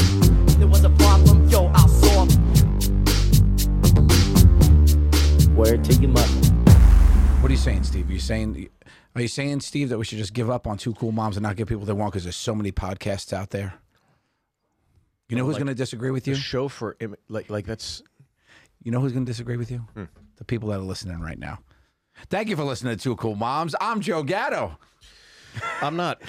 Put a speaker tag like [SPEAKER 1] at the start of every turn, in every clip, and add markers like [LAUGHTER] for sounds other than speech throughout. [SPEAKER 1] was a problem, yo, I saw him.
[SPEAKER 2] Word to your mother.
[SPEAKER 3] What are you saying, Steve? Are you saying, are you saying, Steve, that we should just give up on two cool moms and not give people they want because there's so many podcasts out there? You know who's going to disagree with you?
[SPEAKER 4] The show for im- like like that's
[SPEAKER 3] You know who's going to disagree with you? The people that are listening right now. Thank you for listening to Two Cool Moms. I'm Joe Gatto.
[SPEAKER 4] I'm not.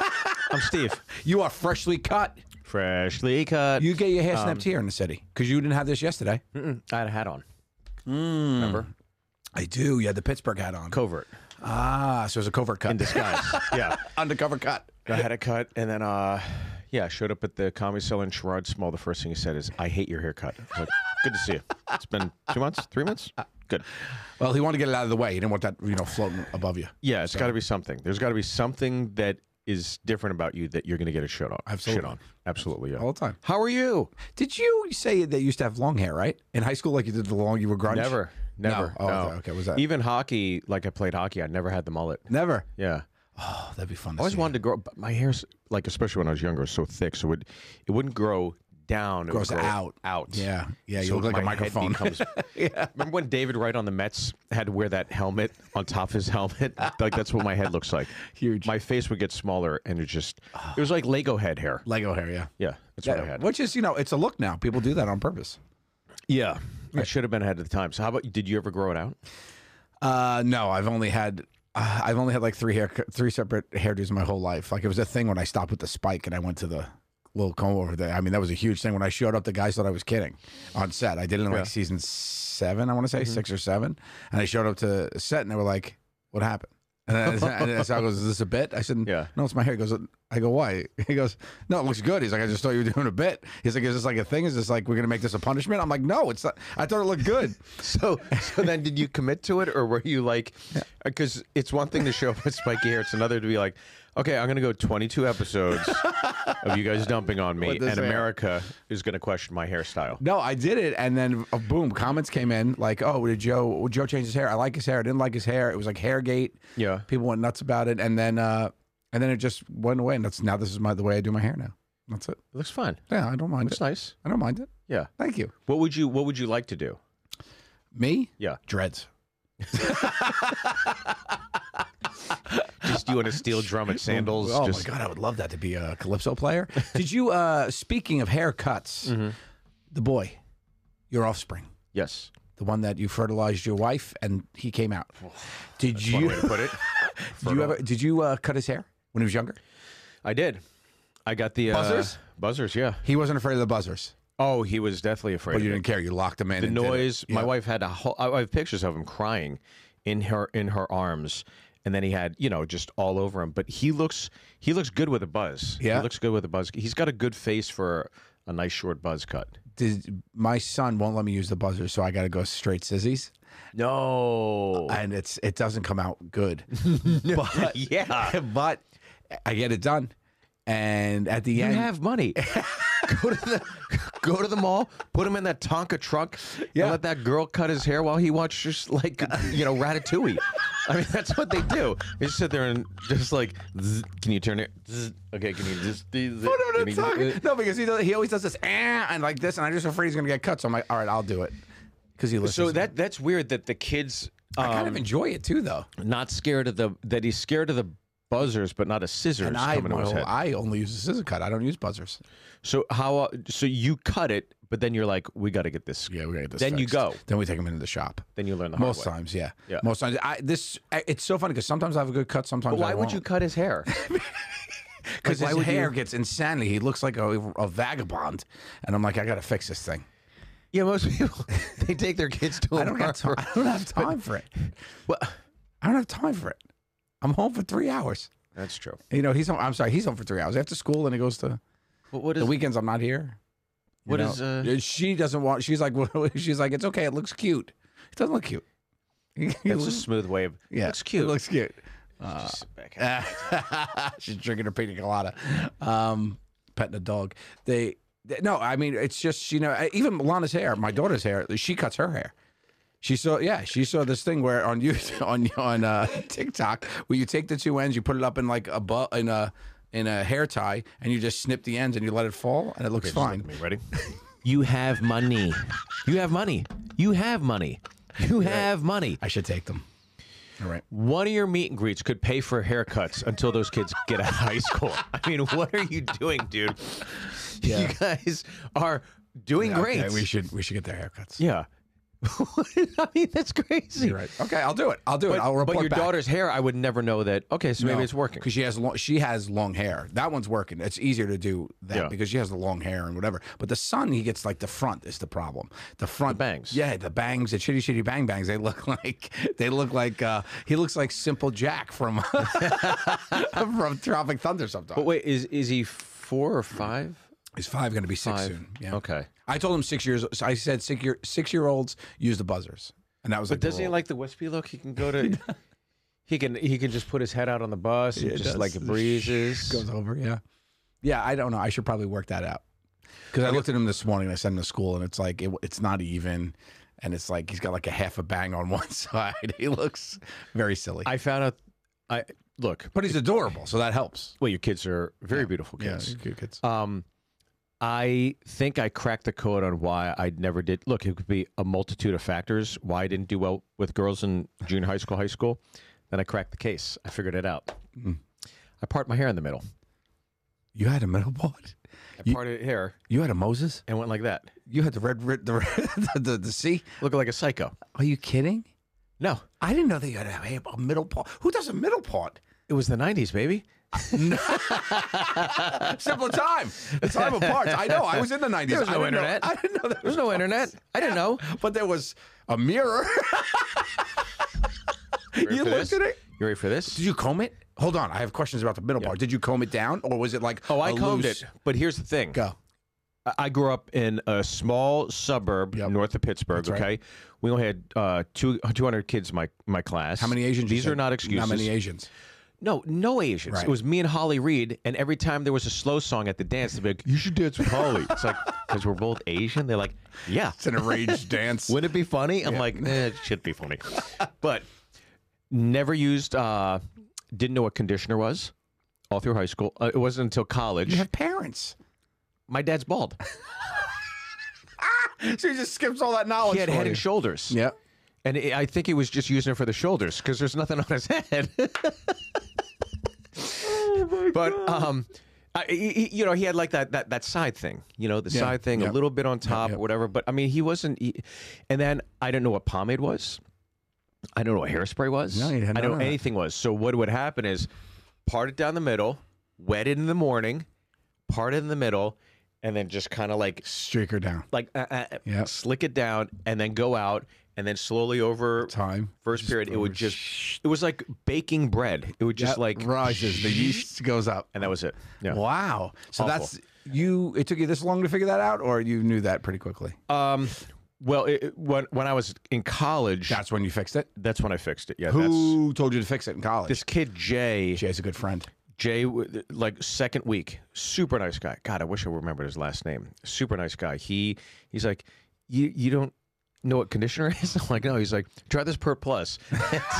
[SPEAKER 4] [LAUGHS] I'm Steve.
[SPEAKER 3] You are freshly cut.
[SPEAKER 4] Freshly cut.
[SPEAKER 3] You get your hair snapped here in the city because you didn't have this yesterday.
[SPEAKER 4] Mm-mm, mm, I had a hat on. Remember?
[SPEAKER 3] I do. You had the Pittsburgh hat on.
[SPEAKER 4] Covert.
[SPEAKER 3] ah, so it was a covert cut. [LAUGHS]
[SPEAKER 4] In disguise. [LAUGHS] yeah.
[SPEAKER 3] Undercover cut.
[SPEAKER 4] I had a cut and then uh yeah, I showed up at the comedy cell in Sherrod Small. The first thing he said is, I hate your haircut. I was like, Good to see you. It's been two months, three months? Good.
[SPEAKER 3] Well, he wanted to get it out of the way. He didn't want that, you know, floating above you.
[SPEAKER 4] Yeah, it's gotta be something. There's gotta be something that is different about you that you're gonna get a shit on. Shit
[SPEAKER 3] Absolutely.
[SPEAKER 4] on. Absolutely, yeah.
[SPEAKER 3] All the time.
[SPEAKER 4] How are you?
[SPEAKER 3] Did you say that you used to have long hair, right? In high school, like you did the long, you were grunge?
[SPEAKER 4] Never.
[SPEAKER 3] No.
[SPEAKER 4] Never.
[SPEAKER 3] Oh,
[SPEAKER 4] no.
[SPEAKER 3] okay. Was that?
[SPEAKER 4] Even hockey, like I played hockey, I never had the mullet.
[SPEAKER 3] Never.
[SPEAKER 4] Yeah.
[SPEAKER 3] Oh, that'd be fun.
[SPEAKER 4] I
[SPEAKER 3] To
[SPEAKER 4] always
[SPEAKER 3] see.
[SPEAKER 4] wanted to grow, but my hair's like, especially when I was younger, was so thick, so it it wouldn't grow down. It
[SPEAKER 3] Grows
[SPEAKER 4] would grow
[SPEAKER 3] out.
[SPEAKER 4] out.
[SPEAKER 3] Yeah. Yeah. You
[SPEAKER 4] So
[SPEAKER 3] look like a
[SPEAKER 4] my head
[SPEAKER 3] microphone.
[SPEAKER 4] becomes- Remember when David Wright on the Mets had to wear that helmet on top of his helmet? [LAUGHS] like that's what my head looks like.
[SPEAKER 3] [LAUGHS] Huge.
[SPEAKER 4] My face would get smaller, and it just it was like Lego
[SPEAKER 3] [SIGHS]
[SPEAKER 4] head hair.
[SPEAKER 3] [LAUGHS] Lego hair, yeah.
[SPEAKER 4] Yeah, that's what I had.
[SPEAKER 3] Which is, you know, it's a look now. People do that on purpose.
[SPEAKER 4] Yeah, I should have been ahead of the time. So how about did you ever grow it out?
[SPEAKER 3] Uh, no, I've only had uh, I've only had like three hair three separate hairdos my whole life. Like it was a thing when I stopped with the spike and I went to the little comb over there. I mean, that was a huge thing when I showed up. The guys thought I was kidding on set. I did it in
[SPEAKER 4] Yeah. Mm-hmm.
[SPEAKER 3] like season seven, I want to say six or seven, and I showed up to set and they were like, "What happened?" And then, and then so I goes, "Is this a bit?" I said,
[SPEAKER 4] Yeah.
[SPEAKER 3] no, it's my hair." He goes, "I go why?" [LAUGHS] He goes, "No, it looks good." He's like, "I just thought you were doing a bit." He's like, "Is this like a thing? Is this like we're gonna make this a punishment?" I'm like, "No, it's not. I thought it looked good."
[SPEAKER 4] [LAUGHS] So, so then did you commit to it, or were you like, because it's one thing to show up with spiky hair, it's another to be like, okay, I'm going to go 22
[SPEAKER 3] [LAUGHS]
[SPEAKER 4] episodes of you guys dumping on me,
[SPEAKER 3] With this
[SPEAKER 4] and
[SPEAKER 3] hair.
[SPEAKER 4] America is going to question my hairstyle.
[SPEAKER 3] No, I did it, and then uh, boom, comments came in like, "Oh, did Joe? Would Joe change his hair? I like his hair. I didn't like his hair. It was like Hairgate.
[SPEAKER 4] Yeah.
[SPEAKER 3] people went nuts about it, and then uh, and then it just went away. And that's now this is my the way I do my hair now. That's it.
[SPEAKER 4] It looks fun.
[SPEAKER 3] Yeah, I don't mind
[SPEAKER 4] Looks
[SPEAKER 3] it.
[SPEAKER 4] nice.
[SPEAKER 3] I don't mind it.
[SPEAKER 4] Yeah.
[SPEAKER 3] Thank you.
[SPEAKER 4] What would you What would you like to do?
[SPEAKER 3] Me?
[SPEAKER 4] Yeah.
[SPEAKER 3] Dreads.
[SPEAKER 4] Just you in
[SPEAKER 3] [LAUGHS]
[SPEAKER 4] a steel drum at sandals.
[SPEAKER 3] Oh
[SPEAKER 4] just,
[SPEAKER 3] my god, I would love that to be a calypso player. [LAUGHS] did you? uh Speaking of haircuts,
[SPEAKER 4] Mm-hmm.
[SPEAKER 3] the boy, your offspring,
[SPEAKER 4] Yes.
[SPEAKER 3] the one that you fertilized your wife, and he came out.
[SPEAKER 4] Oh,
[SPEAKER 3] Did you?
[SPEAKER 4] One way to
[SPEAKER 3] [LAUGHS]
[SPEAKER 4] put it.
[SPEAKER 3] Did you ever? Did you uh, cut his hair when he was younger?
[SPEAKER 4] I did. I got the uh,
[SPEAKER 3] Buzzers?
[SPEAKER 4] Buzzers. Yeah.
[SPEAKER 3] He wasn't afraid of the buzzers,
[SPEAKER 4] Oh, he was definitely afraid.
[SPEAKER 3] but
[SPEAKER 4] of
[SPEAKER 3] you
[SPEAKER 4] it.
[SPEAKER 3] didn't care. You locked him in.
[SPEAKER 4] the
[SPEAKER 3] and did it.
[SPEAKER 4] noise. My
[SPEAKER 3] Yeah.
[SPEAKER 4] wife had a whole. I I have pictures of him crying in her in her arms, and then he had you know just all over him. But he looks he looks good with a buzz.
[SPEAKER 3] Yeah.
[SPEAKER 4] he looks good with a buzz. He's got a good face for a nice short buzz cut.
[SPEAKER 3] Did, my son won't let me use the buzzer, so I got to go straight scissors,
[SPEAKER 4] No.
[SPEAKER 3] and it's it doesn't come out good. but [LAUGHS]
[SPEAKER 4] Yeah.
[SPEAKER 3] but I get it done, and at the
[SPEAKER 4] you
[SPEAKER 3] end, [LAUGHS]
[SPEAKER 4] have money. go to the go to the mall. Put him in that Tonka truck.
[SPEAKER 3] Yeah.
[SPEAKER 4] And let that girl cut his hair while he watches like you know Ratatouille. I mean, that's what they do. They just sit there and just like, zzz, can you turn it? Zzz, okay, can you just? do
[SPEAKER 3] Oh, no, no,
[SPEAKER 4] can you-
[SPEAKER 3] talk- no, because he does, he always does this "Eh," and like this, and I'm just afraid he's gonna get cut. So I'm like, all right, I'll do it because he listens.
[SPEAKER 4] So that that's weird that the kids
[SPEAKER 3] I kind
[SPEAKER 4] um,
[SPEAKER 3] of enjoy it too, though.
[SPEAKER 4] not scared of the that he's scared of the buzzers, but not a scissors
[SPEAKER 3] And I,
[SPEAKER 4] coming to
[SPEAKER 3] my
[SPEAKER 4] his
[SPEAKER 3] whole-
[SPEAKER 4] head.
[SPEAKER 3] I only use a scissor cut. I don't use buzzers.
[SPEAKER 4] So how? uh, So you cut it, but then you're like, we got to get this.
[SPEAKER 3] Yeah, we gotta get this.
[SPEAKER 4] Then you
[SPEAKER 3] fixed.
[SPEAKER 4] go.
[SPEAKER 3] Then we take him into the shop.
[SPEAKER 4] Then you learn the hard
[SPEAKER 3] Most
[SPEAKER 4] way.
[SPEAKER 3] times, yeah.
[SPEAKER 4] Yeah.
[SPEAKER 3] Most times, I this I- it's so funny because sometimes I have a good cut, sometimes
[SPEAKER 4] But why
[SPEAKER 3] I
[SPEAKER 4] would you cut his hair?
[SPEAKER 3] Because
[SPEAKER 4] like, why
[SPEAKER 3] his
[SPEAKER 4] would you-
[SPEAKER 3] hair gets insanity. He looks like a, a vagabond, and I'm like, I gotta fix this thing.
[SPEAKER 4] [LAUGHS] Yeah, most people [LAUGHS] they take their kids to a
[SPEAKER 3] I don't
[SPEAKER 4] [LAUGHS]
[SPEAKER 3] have time.
[SPEAKER 4] barber.
[SPEAKER 3] I don't have time for it.
[SPEAKER 4] [LAUGHS] Well,
[SPEAKER 3] I don't have time for it. I'm home for three hours.
[SPEAKER 4] that's true.
[SPEAKER 3] You know, he's home. I'm sorry, he's home for three hours after school, and he goes to
[SPEAKER 4] But what is
[SPEAKER 3] the weekends. I'm not here. you
[SPEAKER 4] what
[SPEAKER 3] know?
[SPEAKER 4] is, uh,
[SPEAKER 3] She doesn't want. She's like, [LAUGHS] she's like, it's okay. It looks cute. It doesn't look cute. [LAUGHS]
[SPEAKER 4] that's a smooth way of
[SPEAKER 3] yeah,
[SPEAKER 4] looks cute.
[SPEAKER 3] It looks cute.
[SPEAKER 4] Just sit back.
[SPEAKER 3] [LAUGHS] She's drinking her pina colada, um, petting a dog. They, they- no, I mean it's just you know I- even Milana's hair, my daughter's hair. She cuts her hair. She saw yeah, she saw this thing where [LAUGHS] on you on on uh, TikTok where you take the two ends, you put it up in like a bu- in a in a hair tie and you just snip the ends and you let it fall and it looks fine.
[SPEAKER 4] Me [LAUGHS] ready?
[SPEAKER 5] You have money. You have money. You have money. You have money.
[SPEAKER 3] I should take them. All right.
[SPEAKER 4] One of your meet and greets could pay for haircuts until those kids get out of high school. [LAUGHS] I mean, what are you doing, dude? [LAUGHS] You guys are doing great.
[SPEAKER 3] Okay, we should we should get their haircuts.
[SPEAKER 4] yeah. [LAUGHS] I mean, that's crazy.
[SPEAKER 3] You're right. Okay, I'll do it. I'll do it. I'll
[SPEAKER 4] But,
[SPEAKER 3] report
[SPEAKER 4] but your
[SPEAKER 3] back.
[SPEAKER 4] daughter's hair, I would never know that. Okay, so maybe it's working.
[SPEAKER 3] because she has long, she has long hair. That one's working. It's easier to do that
[SPEAKER 4] Yeah.
[SPEAKER 3] because she has the long hair and whatever. But the son, he gets like the front is the problem. The front
[SPEAKER 4] bangs.
[SPEAKER 3] Yeah, the bangs, the shitty shitty bang bangs. They look [LAUGHS] like they look like uh, he looks like Simple Jack from [LAUGHS] from Tropic Thunder. Sometimes
[SPEAKER 4] But wait, is is he four or five?
[SPEAKER 3] he's five, going to be six
[SPEAKER 4] Five.
[SPEAKER 3] soon. Yeah.
[SPEAKER 4] Okay.
[SPEAKER 3] I told him six years. so I said six year six year olds use the buzzers, and that was like.
[SPEAKER 4] But
[SPEAKER 3] the
[SPEAKER 4] doesn't he
[SPEAKER 3] rule.
[SPEAKER 4] like the wispy look? He can go
[SPEAKER 3] [LAUGHS]
[SPEAKER 4] to. He can he can just put his head out on the bus and
[SPEAKER 3] it
[SPEAKER 4] just
[SPEAKER 3] does.
[SPEAKER 4] like it breezes.
[SPEAKER 3] [LAUGHS] goes over. Yeah, yeah. I don't know. I should probably work that out because I looked at him this morning. and I sent him to school, and it's like it, it's not even, and it's like he's got like a half a bang on [LAUGHS] one side. He looks very silly,
[SPEAKER 4] I found out. I look.
[SPEAKER 3] but he's adorable, so that helps.
[SPEAKER 4] Well, your kids are very beautiful kids.
[SPEAKER 3] good kids.
[SPEAKER 4] Um, I think I cracked the code on why I never did. Look, it could be a multitude of factors why I didn't do well with girls in junior high school, high school. Then I cracked the case. I figured it out.
[SPEAKER 3] Mm.
[SPEAKER 4] I part my hair in the middle.
[SPEAKER 3] You had a metal board.
[SPEAKER 4] I
[SPEAKER 3] You-
[SPEAKER 4] parted hair
[SPEAKER 3] You had a Moses.
[SPEAKER 4] and went like that,
[SPEAKER 3] You had the red, red the, red- [LAUGHS] the the the sea.
[SPEAKER 4] looking like a psycho.
[SPEAKER 3] Are you kidding?
[SPEAKER 4] No,
[SPEAKER 3] I didn't know that you had a, a middle part. Who does a middle part?
[SPEAKER 4] it was the '90s, baby.
[SPEAKER 3] Simple time. The time of parts. I know. I was in the 90s.
[SPEAKER 4] There was
[SPEAKER 3] I
[SPEAKER 4] no
[SPEAKER 3] didn't know-
[SPEAKER 4] internet.
[SPEAKER 3] I didn't know that
[SPEAKER 4] There's no internet. I
[SPEAKER 3] [LAUGHS]
[SPEAKER 4] didn't know.
[SPEAKER 3] but there was a mirror. [LAUGHS]
[SPEAKER 4] You
[SPEAKER 3] looked at it?
[SPEAKER 4] You ready for this?
[SPEAKER 3] Did you comb it? Hold on, I have questions about the middle part. Did you comb it down, or was it like
[SPEAKER 4] Oh,
[SPEAKER 3] I
[SPEAKER 4] I combed it. But here's the thing.
[SPEAKER 3] Go.
[SPEAKER 4] I- I grew up in a small suburb
[SPEAKER 3] Yep.
[SPEAKER 4] north of Pittsburgh.
[SPEAKER 3] right.
[SPEAKER 4] okay, we only had uh, two two hundred kids in my my class.
[SPEAKER 3] How many Asians? you
[SPEAKER 4] These
[SPEAKER 3] said?
[SPEAKER 4] are not excuses.
[SPEAKER 3] How many Asians?
[SPEAKER 4] no, no Asians.
[SPEAKER 3] Right.
[SPEAKER 4] It was me and Holly Reed, and every time there was a slow song at the dance, they'd be like, "You should dance with Holly." it's like because we're both Asian. They're like,
[SPEAKER 3] [LAUGHS]
[SPEAKER 4] "Yeah."
[SPEAKER 3] It's an
[SPEAKER 4] [LAUGHS]
[SPEAKER 3] arranged dance.
[SPEAKER 4] Would it be funny? I'm like, nah, it should be funny. but never used. uh Didn't know what conditioner was. All through high school, uh, it wasn't until college.
[SPEAKER 3] you have Oh, parents, [LAUGHS]
[SPEAKER 4] My dad's bald.
[SPEAKER 3] so he just skips all that knowledge.
[SPEAKER 4] He had
[SPEAKER 3] for
[SPEAKER 4] head
[SPEAKER 3] you.
[SPEAKER 4] and shoulders.
[SPEAKER 3] Yeah.
[SPEAKER 4] And it, I think he was just using it for the shoulders because there's nothing on his [LAUGHS] head.
[SPEAKER 3] Oh,
[SPEAKER 4] but um, I, he- he- you know, he had like that that that side thing, you know, the
[SPEAKER 3] Yeah,
[SPEAKER 4] side thing,
[SPEAKER 3] yeah.
[SPEAKER 4] a little bit on top,
[SPEAKER 3] yeah.
[SPEAKER 4] or whatever. But I mean, he wasn't. He, and then I didn't know what pomade was. I don't know what hairspray was.
[SPEAKER 3] No, you had
[SPEAKER 4] I
[SPEAKER 3] none
[SPEAKER 4] don't
[SPEAKER 3] of
[SPEAKER 4] know
[SPEAKER 3] that.
[SPEAKER 4] anything was. So what would happen is, part it down the middle, wet it in the morning, part it in the middle, and then just kind of like
[SPEAKER 3] Streaker down.
[SPEAKER 4] like uh, uh, uh,
[SPEAKER 3] Yeah.
[SPEAKER 4] slick it down and then go out and then slowly over
[SPEAKER 3] Time.
[SPEAKER 4] first period it would just it was like baking bread it would just
[SPEAKER 3] That
[SPEAKER 4] like
[SPEAKER 3] rises. The yeast goes up.
[SPEAKER 4] and that was it yeah
[SPEAKER 3] Wow. So
[SPEAKER 4] Awful.
[SPEAKER 3] that's you. It took you this long to figure that out, or you knew that pretty quickly.
[SPEAKER 4] um well it, it- when when I was in college
[SPEAKER 3] That's when you fixed it.
[SPEAKER 4] that's when I fixed it yeah that's
[SPEAKER 3] Who told you to fix it in college?
[SPEAKER 4] this kid Jay
[SPEAKER 3] Jay's a good friend.
[SPEAKER 4] Jay w- like second week super nice guy god I wish I remembered his last name super nice guy he he's like you you don't know what conditioner is [LAUGHS] I'm like no he's like try this per plus [LAUGHS]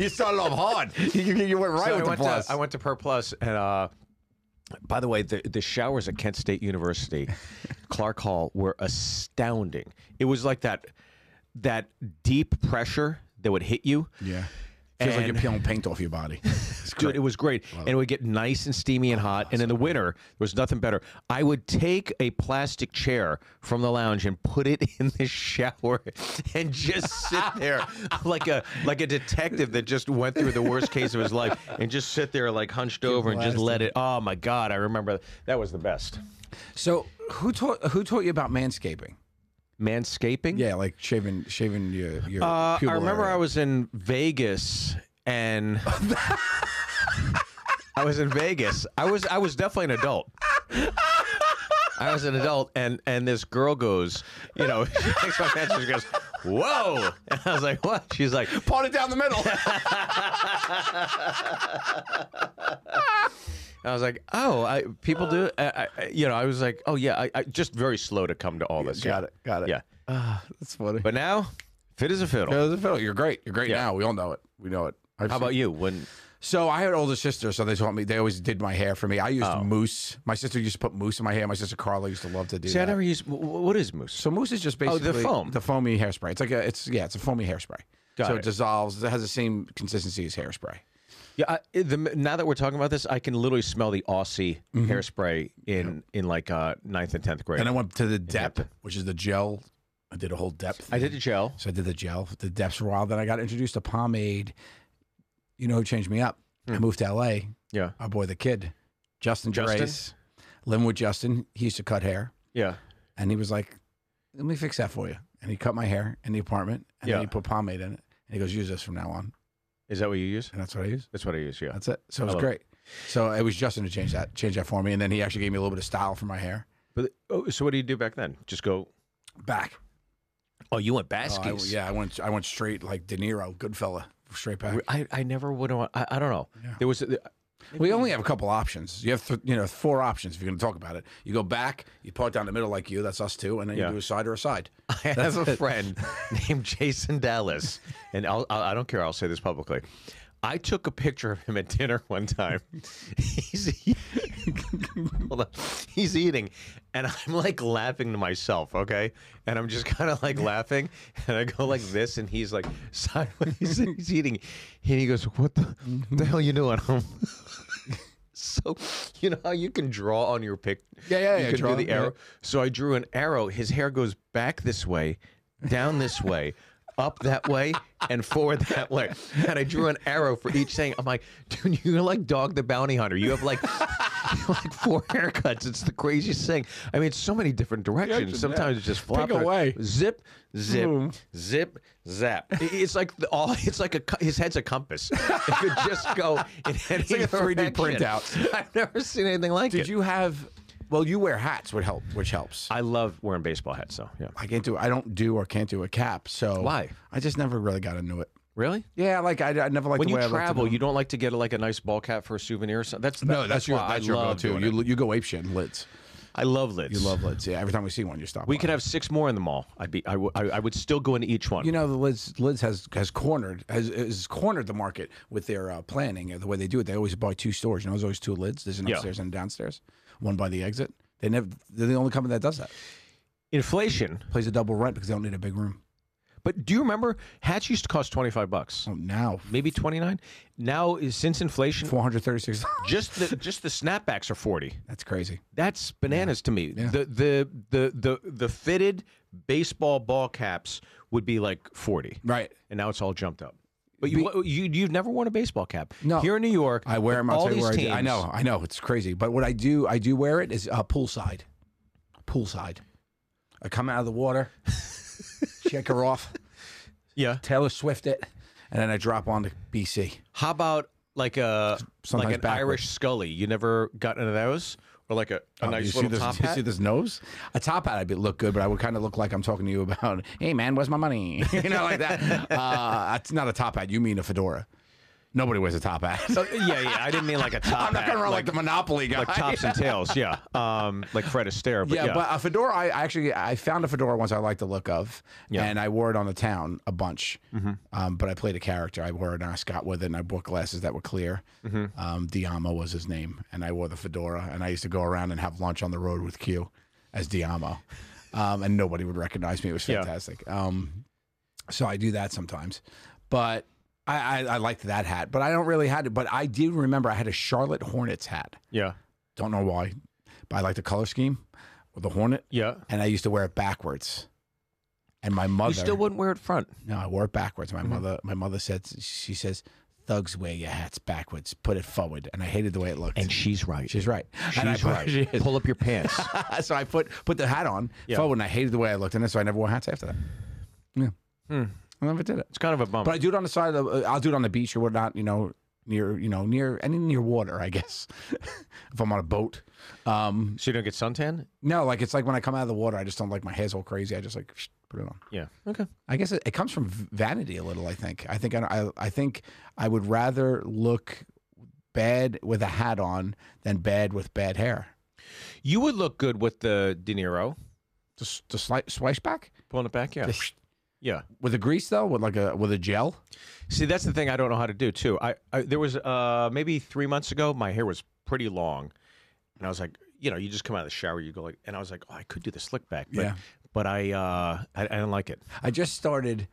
[SPEAKER 3] you started off hard. You, you- you went right
[SPEAKER 4] So
[SPEAKER 3] with
[SPEAKER 4] I
[SPEAKER 3] the
[SPEAKER 4] went
[SPEAKER 3] plus.
[SPEAKER 4] To, I went to Per Plus, and uh, by the way, the the showers at Kent
[SPEAKER 3] [LAUGHS]
[SPEAKER 4] State University, Clark Hall, were astounding. It was like that that deep pressure that would hit you.
[SPEAKER 3] yeah. Feels like you're
[SPEAKER 4] And-
[SPEAKER 3] peeling paint off your body. It's
[SPEAKER 4] Dude, it was great. And it would get nice and steamy and hot. And in the winter, there was nothing better. I would take a plastic chair from the lounge and put it [LAUGHS] in the shower and just sit there like a like a detective that just went through the worst case of his life and just sit there like hunched over and just let it oh my God, I remember that was the best.
[SPEAKER 3] [LAUGHS] So who taught who taught you about manscaping?
[SPEAKER 4] Manscaping?
[SPEAKER 3] Yeah, like shaving shaving your your.
[SPEAKER 4] Uh, I
[SPEAKER 3] pubal
[SPEAKER 4] remember
[SPEAKER 3] area.
[SPEAKER 4] I was in Vegas and I was in Vegas. I was I was definitely an adult. I was an adult and and this girl goes, you know, [LAUGHS] she takes my pants and she goes, "Whoa!" And I was like, "What?" She's like,
[SPEAKER 3] Part it down the middle.
[SPEAKER 4] I was like, "Oh, I people do." it?" I, I, you know, I was like, "Oh yeah," I, I just very slow to come to all this.
[SPEAKER 3] got it. Got it.
[SPEAKER 4] Yeah,
[SPEAKER 3] Ah, [LAUGHS] that's funny.
[SPEAKER 4] but now fit as a fiddle.
[SPEAKER 3] Yeah, that's a fiddle. you're great. You're great now. We all know it. We know it. I've
[SPEAKER 4] How
[SPEAKER 3] seen-
[SPEAKER 4] about you? When
[SPEAKER 3] So I had an older sister, so they taught me. They always did my hair for me. I used
[SPEAKER 4] Oh.
[SPEAKER 3] mousse. My sister used to put mousse in my hair. My sister Carla used to love to do
[SPEAKER 4] See, I
[SPEAKER 3] that.
[SPEAKER 4] never used. wh- wh- What is mousse?
[SPEAKER 3] So mousse is just
[SPEAKER 4] Oh,
[SPEAKER 3] basically
[SPEAKER 4] the foam.
[SPEAKER 3] the foamy hairspray. It's like a, it's yeah, it's a foamy hairspray.
[SPEAKER 4] Got
[SPEAKER 3] so
[SPEAKER 4] it.
[SPEAKER 3] it dissolves. It has the same consistency as hairspray.
[SPEAKER 4] Yeah, I, the, now that we're talking about this, I can literally smell the Aussie hairspray in in like uh, ninth Mm-hmm. and tenth grade.
[SPEAKER 3] Then I went to the depth, which is the gel. I did a whole depth.
[SPEAKER 4] I did a gel.
[SPEAKER 3] So I did the gel, the depths for a while. Then I got introduced to pomade. You know who changed me up? I moved to LA.
[SPEAKER 4] Yeah,
[SPEAKER 3] Our boy, the kid, Justin,
[SPEAKER 4] Hmm. Justin?
[SPEAKER 3] Grace, living with Justin. He used to cut hair,
[SPEAKER 4] yeah.
[SPEAKER 3] and he was like, "Let me fix that for you." And he cut my hair in the apartment, and
[SPEAKER 4] Yeah.
[SPEAKER 3] then he put pomade in it. And he goes, "Use this from now on,"
[SPEAKER 4] Is that what you use?
[SPEAKER 3] and that's what I use.
[SPEAKER 4] That's what I use. Yeah.
[SPEAKER 3] That's it. So it
[SPEAKER 4] I
[SPEAKER 3] was
[SPEAKER 4] love
[SPEAKER 3] great. So it was Justin to change that, change that for me, and then he actually gave me a little bit of style for my hair.
[SPEAKER 4] But oh, so what do you do back then? Just go.
[SPEAKER 3] Back,
[SPEAKER 4] Oh, you went
[SPEAKER 3] Oh, I-
[SPEAKER 4] baskies.
[SPEAKER 3] yeah, I went, I went straight like De Niro, good fella, straight back.
[SPEAKER 4] I, I never would have. I, I don't know. There was. uh, A,
[SPEAKER 3] We only have a couple options. You have th- you know four options if you're going to talk about it. You go back, you part down the middle like you. That's us too, and then
[SPEAKER 4] Yeah.
[SPEAKER 3] you do a side or a side.
[SPEAKER 4] [LAUGHS] I have a
[SPEAKER 3] it.
[SPEAKER 4] friend named Jason Dallas, and I'll, I'll, I don't care. I'll say this publicly. I took a picture of him at dinner one time. He's e- [LAUGHS] hold on. He's eating, and I'm like laughing to myself. Okay, and I'm just kind of like laughing, and I go like this, and he's like [LAUGHS] sideways. and he's eating, and he goes, "What the, the hell you doing?" [LAUGHS] I'm- so [LAUGHS] you know how you can draw on your pic.
[SPEAKER 3] Yeah, yeah,
[SPEAKER 4] You
[SPEAKER 3] yeah,
[SPEAKER 4] can
[SPEAKER 3] draw,
[SPEAKER 4] do the
[SPEAKER 3] yeah.
[SPEAKER 4] arrow. So I drew an arrow. His hair goes back this way, down this way, up that way, and forward that way. And I drew an arrow for each thing. I'm like, [LAUGHS] dude, you're like Dog the Bounty Hunter. You have like, [LAUGHS] you have like four haircuts. It's the craziest thing. I mean, it's so many different directions.
[SPEAKER 3] yeah.
[SPEAKER 4] Sometimes it's just flop
[SPEAKER 3] Pick a way. Hmm.
[SPEAKER 4] Zip, zip, zip, zap. I- It's like the, all. It's like a. co- His head's a compass. [LAUGHS] It could just go. In any
[SPEAKER 3] like a 3D
[SPEAKER 4] direction.
[SPEAKER 3] printout.
[SPEAKER 4] [LAUGHS] I've never seen anything like it.
[SPEAKER 3] Did you have? Well, you wear hats, would help, which helps. I,
[SPEAKER 4] I love wearing baseball hats, though. Yeah.
[SPEAKER 3] can't do. I don't do or can't do a cap. So
[SPEAKER 4] Why?
[SPEAKER 3] I just never really got into it.
[SPEAKER 4] Really?
[SPEAKER 3] Yeah, like I, I never liked
[SPEAKER 4] When
[SPEAKER 3] the
[SPEAKER 4] you
[SPEAKER 3] way I
[SPEAKER 4] travel,
[SPEAKER 3] looked
[SPEAKER 4] you don't like to get like a nice ball cap for a souvenir. Or something. That's
[SPEAKER 3] no, that's, your
[SPEAKER 4] why
[SPEAKER 3] that's
[SPEAKER 4] I
[SPEAKER 3] your
[SPEAKER 4] love
[SPEAKER 3] go-to.
[SPEAKER 4] doing
[SPEAKER 3] You
[SPEAKER 4] it.
[SPEAKER 3] l- you go ape shit in lids.
[SPEAKER 4] I love lids.
[SPEAKER 3] You love lids. Yeah, every time we see one, you stop.
[SPEAKER 4] We
[SPEAKER 3] by.
[SPEAKER 4] could have six more in the mall. I'd be. I, w- I, I would still go into each one.
[SPEAKER 3] You know, the Liz Liz has has cornered has, has cornered the market with their uh, planning and the way they do it. They always buy two stores. You know, there's always two lids. There's an
[SPEAKER 4] Yeah.
[SPEAKER 3] upstairs and a downstairs. One by the exit. They never. They're the only company that does that.
[SPEAKER 4] Inflation.
[SPEAKER 3] Plays a double rent because they don't need a big room.
[SPEAKER 4] But do you remember hats used to cost twenty five bucks?
[SPEAKER 3] Oh, now
[SPEAKER 4] maybe 29 now is- since inflation
[SPEAKER 3] four hundred thirty six.
[SPEAKER 4] just the just the snapbacks are 40
[SPEAKER 3] [LAUGHS] That's crazy.
[SPEAKER 4] that's bananas to me
[SPEAKER 3] Yeah.
[SPEAKER 4] the, the the the the fitted baseball ball caps would be like 40
[SPEAKER 3] Right.
[SPEAKER 4] and now it's all jumped up but you you you've never worn a baseball cap
[SPEAKER 3] No.
[SPEAKER 4] here in New York
[SPEAKER 3] I wear them.
[SPEAKER 4] all
[SPEAKER 3] I'll tell you
[SPEAKER 4] these
[SPEAKER 3] where I, do.
[SPEAKER 4] teams
[SPEAKER 3] I know. I know. It's crazy. But what I do, I do wear it is uh, poolside. Poolside. I come out of the water, [LAUGHS] shake her off,
[SPEAKER 4] yeah
[SPEAKER 3] Taylor Swift it, and then I drop on to BC.
[SPEAKER 4] how about like a like
[SPEAKER 3] Sometimes
[SPEAKER 4] an
[SPEAKER 3] backwards.
[SPEAKER 4] Irish Scully you never got into those or like a, a
[SPEAKER 3] Oh,
[SPEAKER 4] nice
[SPEAKER 3] you see
[SPEAKER 4] little
[SPEAKER 3] this-
[SPEAKER 4] top
[SPEAKER 3] you
[SPEAKER 4] hat
[SPEAKER 3] see this nose? A top hat, I'd be, look good, but I would kind of look like I'm talking to you about, hey man, where's my money? [LAUGHS] you know, like
[SPEAKER 4] [LAUGHS]
[SPEAKER 3] that. Uh, it's not a top hat. You mean a fedora? Nobody wears a top hat.
[SPEAKER 4] Oh, yeah yeah I didn't mean like a
[SPEAKER 3] [LAUGHS]
[SPEAKER 4] top
[SPEAKER 3] I'm not
[SPEAKER 4] hat,
[SPEAKER 3] gonna run like,
[SPEAKER 4] like,
[SPEAKER 3] the Monopoly guy.
[SPEAKER 4] like tops
[SPEAKER 3] [LAUGHS]
[SPEAKER 4] and tails yeah um like Fred Astaire but
[SPEAKER 3] yeah, but a fedora. I, I actually I found a fedora once I liked the look of,
[SPEAKER 4] Yeah. Mm-hmm.
[SPEAKER 3] and I wore it on the town a bunch. Um, but I played a character. I wore an ascot with it, and I bought glasses that were clear.
[SPEAKER 4] Mm-hmm.
[SPEAKER 3] Um, Diamo was his name, and I wore the fedora. And I used to go around and have lunch on the road with Q as Diamo, um, and nobody would recognize me. It was
[SPEAKER 4] Yeah.
[SPEAKER 3] fantastic. Um, so I do that sometimes, but. I, I, I liked that hat, but I don't really had it. But I do remember I had a Charlotte Hornets hat.
[SPEAKER 4] yeah
[SPEAKER 3] Don't know why, but I like the color scheme with the hornet
[SPEAKER 4] yeah
[SPEAKER 3] and I used to wear it backwards. And my mother,
[SPEAKER 4] You still Mm-hmm. wouldn't wear it front.
[SPEAKER 3] no, I wore it backwards. My mother, my mother said, she says, "Thugs wear your hats backwards. Put it forward." And I hated the way it looked.
[SPEAKER 4] she's right.
[SPEAKER 3] she's right. and I
[SPEAKER 4] She's
[SPEAKER 3] put-
[SPEAKER 4] right.
[SPEAKER 3] she is.
[SPEAKER 4] Pull up your pants.
[SPEAKER 3] [LAUGHS] so I put put the hat on
[SPEAKER 4] Yeah.
[SPEAKER 3] forward, and I hated the way I looked in it. So I never wore hats after that. Yeah,
[SPEAKER 4] Hmm.
[SPEAKER 3] I never did it.
[SPEAKER 4] [LAUGHS] it's kind of a bummer.
[SPEAKER 3] But I do it on the side of. The, I'll do it on the beach or whatnot. You know, near you know near any near water, I guess. [LAUGHS] if I'm on a boat, um,
[SPEAKER 4] so you don't get suntan?
[SPEAKER 3] no, like it's like when I come out of the water, I just don't like my hair's all crazy. I just like put it on.
[SPEAKER 4] Yeah. Okay.
[SPEAKER 3] I guess it, it comes from v- vanity a little. I think. I think. I, I. I think I would rather look bad with a hat on than bad with bad hair.
[SPEAKER 4] You would look good with the De Niro.
[SPEAKER 3] Just, just like swish back.
[SPEAKER 4] Pulling it back, yeah.
[SPEAKER 3] Just-
[SPEAKER 4] [LAUGHS] Yeah.
[SPEAKER 3] With a grease though, with like a with a gel.
[SPEAKER 4] See, that's the thing I don't know how to do too. I, I there was uh maybe three months ago, my hair was pretty long, and I was like, you know, you just come out of the shower, you go like, and I was like, oh, I could do the slick back, but,
[SPEAKER 3] Yeah.
[SPEAKER 4] but I uh I, I didn't like it.
[SPEAKER 3] I just started.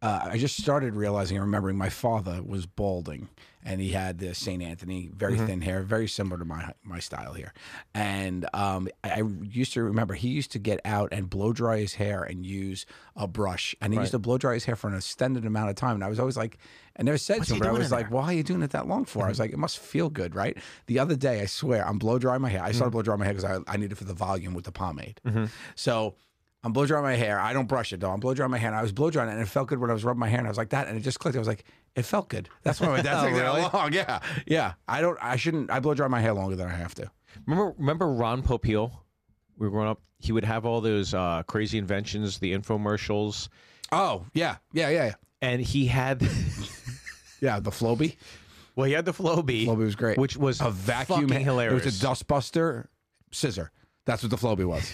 [SPEAKER 3] Uh, I just started realizing and remembering my father was balding, and he had the Saint Anthony, very thin hair, very similar to my my style here. And um, I, I used to remember he used to get out and blow dry his hair and use a brush, and he used to blow dry his hair for an extended amount of time. And I was always like, I never said to him, but I was like, "Why are you doing it that long for?" I was like, "It must feel good, right?" The other day, I swear, I'm blow drying my hair. I started blow drying my hair because I, I needed it for the volume with the pomade. So. I'm blow drying my hair. I don't brush it though. I'm blow drying my hair. And I was blow drying it, and it felt good when I was rubbing my hair. And I was like that, and it just clicked. I was like, it felt good. That's
[SPEAKER 4] [LAUGHS]
[SPEAKER 3] why my dad
[SPEAKER 4] Oh,
[SPEAKER 3] took that long. Yeah, yeah. I don't. I shouldn't. I blow dry my hair longer than I have to.
[SPEAKER 4] Remember, remember Ron Popeil? We were growing up. He would have all those uh, crazy inventions, the infomercials,
[SPEAKER 3] Oh yeah, yeah, yeah, yeah.
[SPEAKER 4] and he had, [LAUGHS]
[SPEAKER 3] yeah the Floby.
[SPEAKER 4] well, he had the Flowbee.
[SPEAKER 3] Floby was great.
[SPEAKER 4] which was
[SPEAKER 3] a vacuum.
[SPEAKER 4] fucking hilarious.
[SPEAKER 3] It was a dustbuster scissor. That's what the Floby was.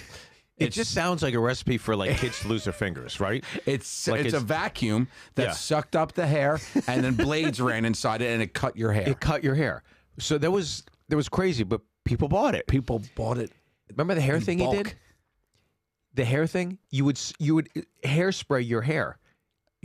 [SPEAKER 4] It just sounds like a recipe for like kids to lose their fingers, right?
[SPEAKER 3] It's
[SPEAKER 4] [LAUGHS] Like
[SPEAKER 3] it's, a
[SPEAKER 4] it's-
[SPEAKER 3] vacuum that
[SPEAKER 4] Yeah.
[SPEAKER 3] sucked up the hair, and then blades ran inside it, and it cut your hair.
[SPEAKER 4] It cut your hair. So that was that was crazy, but people bought it.
[SPEAKER 3] People bought it.
[SPEAKER 4] Remember the hair thing he
[SPEAKER 3] bulk.
[SPEAKER 4] did? The hair thing? You would s- you would uh, hairspray your hair,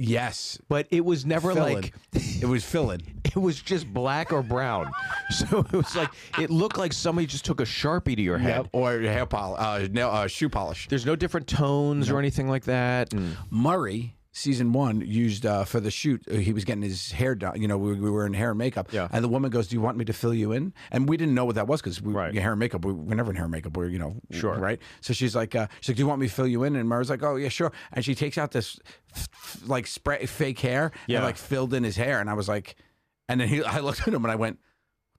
[SPEAKER 3] Yes,
[SPEAKER 4] but it was never
[SPEAKER 3] Fill
[SPEAKER 4] like [LAUGHS]
[SPEAKER 3] it was filling.
[SPEAKER 4] it was just black or brown. [LAUGHS] So it was like it looked like somebody just took a sharpie to your head.
[SPEAKER 3] Yep. Or hair polish, uh, nail, uh, shoe polish.
[SPEAKER 4] There's no different tones or anything like that. And
[SPEAKER 3] Murray, season one, used uh, for the shoot. uh, He was getting his hair done. You know, we, we were in hair and makeup.
[SPEAKER 4] Yeah.
[SPEAKER 3] And the woman goes, "Do you want me to fill you in?" And we didn't know what that was because we
[SPEAKER 4] Right.
[SPEAKER 3] hair and makeup. We, we're never in hair and makeup. We're you know
[SPEAKER 4] Sure.
[SPEAKER 3] right. So she's like, uh, she's like, "Do you want me to fill you in?" And Murray's like, "Oh yeah, sure." And she takes out this f- f- like spray fake hair
[SPEAKER 4] Yeah.
[SPEAKER 3] and like filled in his hair. And I was like, and then he, I looked at him and I went.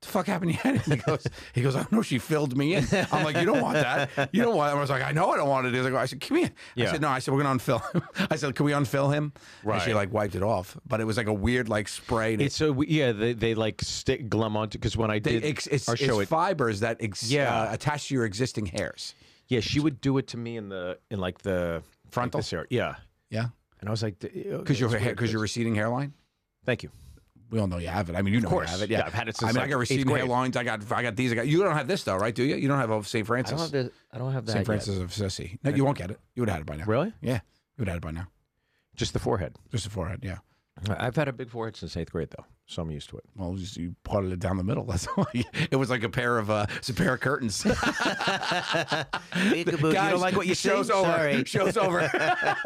[SPEAKER 3] What the fuck happened to your head? [LAUGHS] And he goes, he goes, I know she filled me in. I'm like, you don't want that. You don't want that. I was like, I know I don't want it. He's like, I said, come here.
[SPEAKER 4] Yeah.
[SPEAKER 3] I said, no, I said, we're going to unfill him. [LAUGHS] I said, can we unfill him? And she
[SPEAKER 4] Right.
[SPEAKER 3] like wiped it off. But it was like a weird like spray. And
[SPEAKER 4] it's so we- yeah, they, they like stick glum onto because when I
[SPEAKER 3] it,
[SPEAKER 4] did
[SPEAKER 3] it's, it's,
[SPEAKER 4] our
[SPEAKER 3] it's
[SPEAKER 4] show, it,
[SPEAKER 3] fibers that ex-
[SPEAKER 4] Yeah.
[SPEAKER 3] uh, attach to your existing hairs.
[SPEAKER 4] yeah, she would do it to me in the in like the
[SPEAKER 3] Frontal?
[SPEAKER 4] like this area. yeah.
[SPEAKER 3] Yeah.
[SPEAKER 4] And I was like, uh,
[SPEAKER 3] Because
[SPEAKER 4] because
[SPEAKER 3] your because your receding hairline.
[SPEAKER 4] Thank you.
[SPEAKER 3] We all know you have it. I mean, you know
[SPEAKER 4] course.
[SPEAKER 3] you have it.
[SPEAKER 4] Yeah,
[SPEAKER 3] Yeah.
[SPEAKER 4] I've had it
[SPEAKER 3] I
[SPEAKER 4] since,
[SPEAKER 3] mean,
[SPEAKER 4] like,
[SPEAKER 3] I got
[SPEAKER 4] eighth
[SPEAKER 3] receding
[SPEAKER 4] grade.
[SPEAKER 3] hairlines. I got I got these. I got. You don't have this though, right? Do you? You don't have a St.
[SPEAKER 5] I don't
[SPEAKER 3] Francis.
[SPEAKER 5] have the, I don't have that.
[SPEAKER 3] St.
[SPEAKER 5] yet.
[SPEAKER 3] Francis of Assisi. No, you won't get it. You would have had it by now.
[SPEAKER 4] Really?
[SPEAKER 3] Yeah. You would have had it by now.
[SPEAKER 4] Just the forehead.
[SPEAKER 3] Just the forehead. Yeah.
[SPEAKER 4] I've had a big forehead since eighth grade though, so I'm used to it.
[SPEAKER 3] Well, you, you parted it down the middle. That's [LAUGHS] all. It was like a pair of uh, it's a pair of [LAUGHS] curtains.
[SPEAKER 5] [LAUGHS] Peekaboo, you don't like what you
[SPEAKER 3] the [LAUGHS] show's
[SPEAKER 5] see?
[SPEAKER 3] over.
[SPEAKER 5] Sorry.
[SPEAKER 3] Show's over.
[SPEAKER 4] [LAUGHS]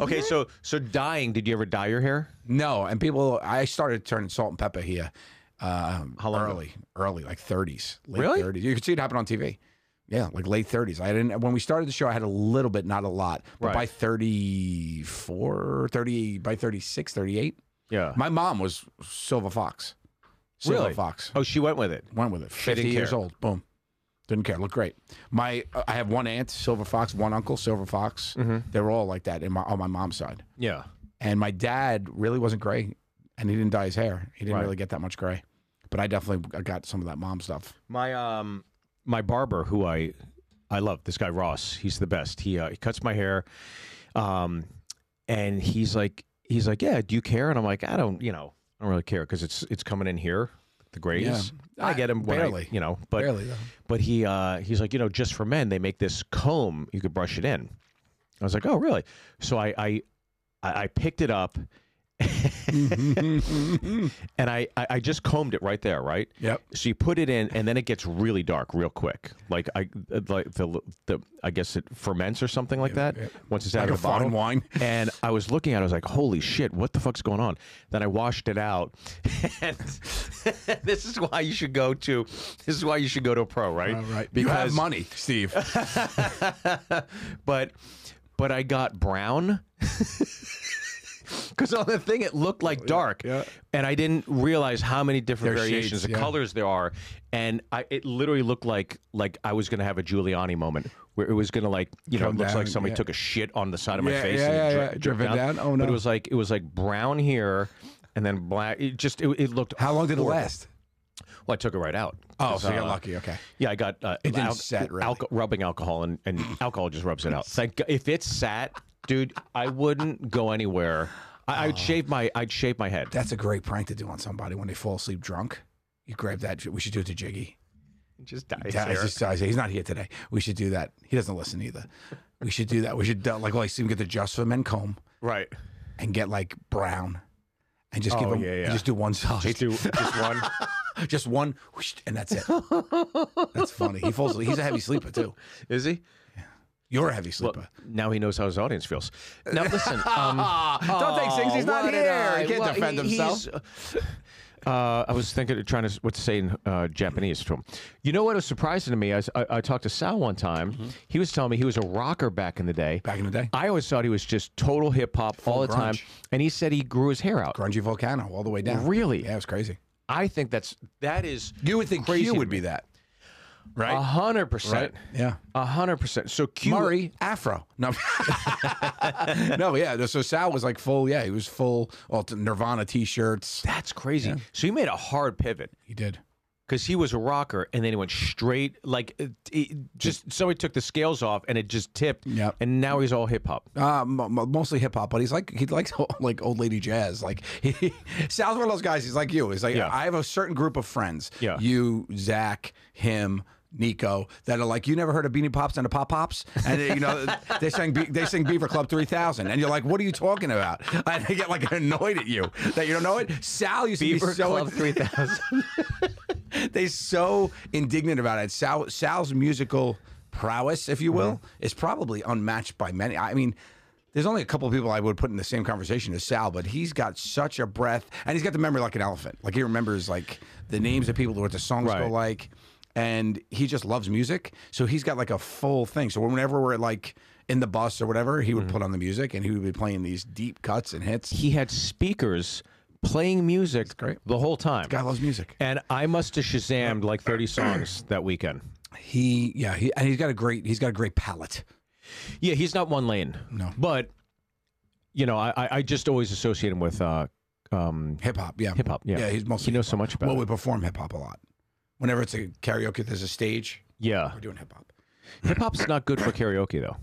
[SPEAKER 4] Okay, so so dyeing. Did you ever dye your hair?
[SPEAKER 3] [LAUGHS] no, and people, I started turning salt and pepper here. Um,
[SPEAKER 4] How long ago?
[SPEAKER 3] early, early, like 30s, late
[SPEAKER 4] Really?
[SPEAKER 3] 30s. You could see it happen on TV. Yeah, like late 30s. I didn't when we started the show. I had a little bit, not a lot, but
[SPEAKER 4] Right.
[SPEAKER 3] by 34, 30, by 36, 38,
[SPEAKER 4] Yeah.
[SPEAKER 3] my mom was Silva Fox. Silva
[SPEAKER 4] Really?
[SPEAKER 3] Fox.
[SPEAKER 4] oh, she went with it.
[SPEAKER 3] Went with it.
[SPEAKER 4] She didn't
[SPEAKER 3] 50 years
[SPEAKER 4] care.
[SPEAKER 3] old. Boom. Didn't care. Looked great. My uh, I have one aunt, Silver Fox, one uncle, Silver Fox.
[SPEAKER 4] Mm-hmm.
[SPEAKER 3] They were all like that in my, on my mom's side.
[SPEAKER 4] Yeah.
[SPEAKER 3] And my dad really wasn't gray and he didn't dye his hair. He didn't
[SPEAKER 4] Right.
[SPEAKER 3] really get that much gray. But I definitely uh, got some of that mom stuff.
[SPEAKER 4] My um my barber who I I love this guy Ross. He's the best. He uh, he cuts my hair, um, and he's like he's like yeah. Do you care? And I'm like I don't you know I don't really care because it's it's coming in here the grays.
[SPEAKER 3] Yeah.
[SPEAKER 4] I get him when I-
[SPEAKER 3] Barely.
[SPEAKER 4] you know, but
[SPEAKER 3] Barely, though.
[SPEAKER 4] but he uh, he's like you know just for men they make this comb you could brush it in. I was like oh really? So I I I I picked it up. and I, I, I just combed it right there, right?
[SPEAKER 3] [LAUGHS] Yep.
[SPEAKER 4] So you put it in, and then it gets really dark real quick. Like I, uh, like the, the I guess it ferments or something like that. Once it's out
[SPEAKER 3] Like
[SPEAKER 4] of
[SPEAKER 3] a
[SPEAKER 4] the
[SPEAKER 3] fine
[SPEAKER 4] bottle.
[SPEAKER 3] wine. [LAUGHS]
[SPEAKER 4] And I was looking at, it, I was like, "Holy shit, what the fuck's going on?" Then I washed it out. [LAUGHS] and this is why you should go to. This is why you should go to a pro, right?
[SPEAKER 3] All right. you have
[SPEAKER 4] Because
[SPEAKER 3] money,
[SPEAKER 4] [LAUGHS]
[SPEAKER 3] Steve.
[SPEAKER 4] but but I got brown. [LAUGHS] Because on the thing, it looked like dark,
[SPEAKER 3] Oh, yeah.
[SPEAKER 4] and I didn't realize how many different
[SPEAKER 3] There's
[SPEAKER 4] variations
[SPEAKER 3] shades,
[SPEAKER 4] of
[SPEAKER 3] yeah.
[SPEAKER 4] colors there are, and I, it literally looked like like I was gonna have a Giuliani moment where it was gonna like you know it
[SPEAKER 3] Come
[SPEAKER 4] looks like
[SPEAKER 3] down,
[SPEAKER 4] somebody
[SPEAKER 3] yeah.
[SPEAKER 4] took a shit on the side of my
[SPEAKER 3] Yeah,
[SPEAKER 4] face
[SPEAKER 3] yeah,
[SPEAKER 4] and
[SPEAKER 3] yeah,
[SPEAKER 4] dri-
[SPEAKER 3] yeah.
[SPEAKER 4] dripped
[SPEAKER 3] Driven down? Oh,
[SPEAKER 4] but it
[SPEAKER 3] no.
[SPEAKER 4] was like it was like brown here, and then black. It just it, it looked.
[SPEAKER 3] How long did it
[SPEAKER 4] horrible.
[SPEAKER 3] last?
[SPEAKER 4] Well, I took it right out.
[SPEAKER 3] Oh, so you're
[SPEAKER 4] uh,
[SPEAKER 3] lucky. Okay.
[SPEAKER 4] yeah, I got uh,
[SPEAKER 3] It didn't
[SPEAKER 4] alco-
[SPEAKER 3] set, really.
[SPEAKER 4] alco- rubbing alcohol, and, and alcohol just rubs it out. Thank God. If it sat, dude. I wouldn't go anywhere. I,
[SPEAKER 3] Ah.
[SPEAKER 4] I'd shave my I'd shave my head.
[SPEAKER 3] That's a great prank to do on somebody when they fall asleep drunk. You grab that. We should do it to Jiggy.
[SPEAKER 4] Just die
[SPEAKER 3] Yeah, I just- I say, he's not here today. We should do that. He doesn't listen either. We should do that. We should uh, like like see him get the just for men comb
[SPEAKER 4] right.
[SPEAKER 3] and get like brown, and just give
[SPEAKER 4] Oh,
[SPEAKER 3] him
[SPEAKER 4] yeah, yeah.
[SPEAKER 3] just do one side,
[SPEAKER 4] Just [LAUGHS] do just one.
[SPEAKER 3] [LAUGHS] just one, whoosh, and that's it. that's funny. He falls. He's a heavy sleeper too.
[SPEAKER 4] Is he?
[SPEAKER 3] You're a heavy
[SPEAKER 4] Well,
[SPEAKER 3] sleeper.
[SPEAKER 4] now he knows how his audience feels. Now [LAUGHS] listen. Um,
[SPEAKER 3] Don't take things. He's
[SPEAKER 4] Aw,
[SPEAKER 3] not
[SPEAKER 4] why
[SPEAKER 3] here.
[SPEAKER 4] did
[SPEAKER 3] He
[SPEAKER 4] I-
[SPEAKER 3] can't
[SPEAKER 4] why-
[SPEAKER 3] defend
[SPEAKER 4] he-
[SPEAKER 3] himself.
[SPEAKER 4] he's- Uh, I was thinking, of trying to what to say in uh, Japanese to him. You know what was surprising to me? I, s- I- I talked to Sal one time. He was telling me he was a rocker Mm-hmm. back in the day.
[SPEAKER 3] Back in the day.
[SPEAKER 4] I always thought he was just total hip hop all the time,
[SPEAKER 3] grunge.
[SPEAKER 4] and he said he grew his hair out.
[SPEAKER 3] Grungy volcano all the way down.
[SPEAKER 4] Really?
[SPEAKER 3] Yeah, it was crazy.
[SPEAKER 4] I think that's that is
[SPEAKER 3] You would think
[SPEAKER 4] Crazy
[SPEAKER 3] Q
[SPEAKER 4] to
[SPEAKER 3] would
[SPEAKER 4] me.
[SPEAKER 3] be that, right?
[SPEAKER 4] a hundred percent,
[SPEAKER 3] Uh, Yeah.
[SPEAKER 4] a hundred percent. So Q,
[SPEAKER 3] Murray Afro. No, [LAUGHS] no, yeah. So Sal was like full. Yeah, he was full. All Nirvana T-shirts.
[SPEAKER 4] that's crazy. So he made a hard pivot.
[SPEAKER 3] He did.
[SPEAKER 4] because he was a rocker, and then he went straight like it, it, just somebody took the scales off, and it just tipped.
[SPEAKER 3] Yep.
[SPEAKER 4] And now he's all hip hop.
[SPEAKER 3] Uh, m- m- mostly hip hop, but he's like he likes [LAUGHS] like old lady jazz. Like [LAUGHS] he, Sal's one of those guys. He's like you. He's like
[SPEAKER 4] Yeah.
[SPEAKER 3] I have a certain group of friends.
[SPEAKER 4] Yeah.
[SPEAKER 3] you, Zach, him. Nico, that are like you never heard of Beanie Pops and the Pop Pops, and you know [LAUGHS] they sing Be- they sing Beaver Club three thousand, and you're like, what are you talking about? And they get like annoyed at you that you don't know it. Sal used to
[SPEAKER 4] Beaver
[SPEAKER 3] be so
[SPEAKER 4] Club three thousand.
[SPEAKER 3] [LAUGHS] They're so indignant about it. Sal, Sal's musical prowess, if you will, is probably unmatched by many. I mean, there's only a couple of people I would put in the same conversation as Sal, but he's got such a breath, and he's got the memory like an elephant. Like he remembers like the names of people, what the songs go
[SPEAKER 4] Right.
[SPEAKER 3] like, and he just loves music. So he's got like a full thing. So whenever we're like in the bus or whatever, he would put on the music and he would be playing these deep cuts and hits.
[SPEAKER 4] he had speakers playing music
[SPEAKER 3] great.
[SPEAKER 4] the whole time.
[SPEAKER 3] Guy loves music.
[SPEAKER 4] And I must have shazammed like thirty songs that weekend.
[SPEAKER 3] He, yeah, he, and he's got a great, he's got a great palate.
[SPEAKER 4] Yeah, he's not one lane.
[SPEAKER 3] No.
[SPEAKER 4] But you know, I I- I just always associate him with uh, um,
[SPEAKER 3] Hip hop, yeah.
[SPEAKER 4] hip hop. Yeah.
[SPEAKER 3] Yeah, he's mostly
[SPEAKER 4] He knows
[SPEAKER 3] hip-hop.
[SPEAKER 4] so much about
[SPEAKER 3] Well,
[SPEAKER 4] it.
[SPEAKER 3] we perform hip hop a lot. Whenever it's a karaoke, there's a stage.
[SPEAKER 4] yeah.
[SPEAKER 3] We're doing hip hop.
[SPEAKER 4] Hip hop's not good for karaoke though.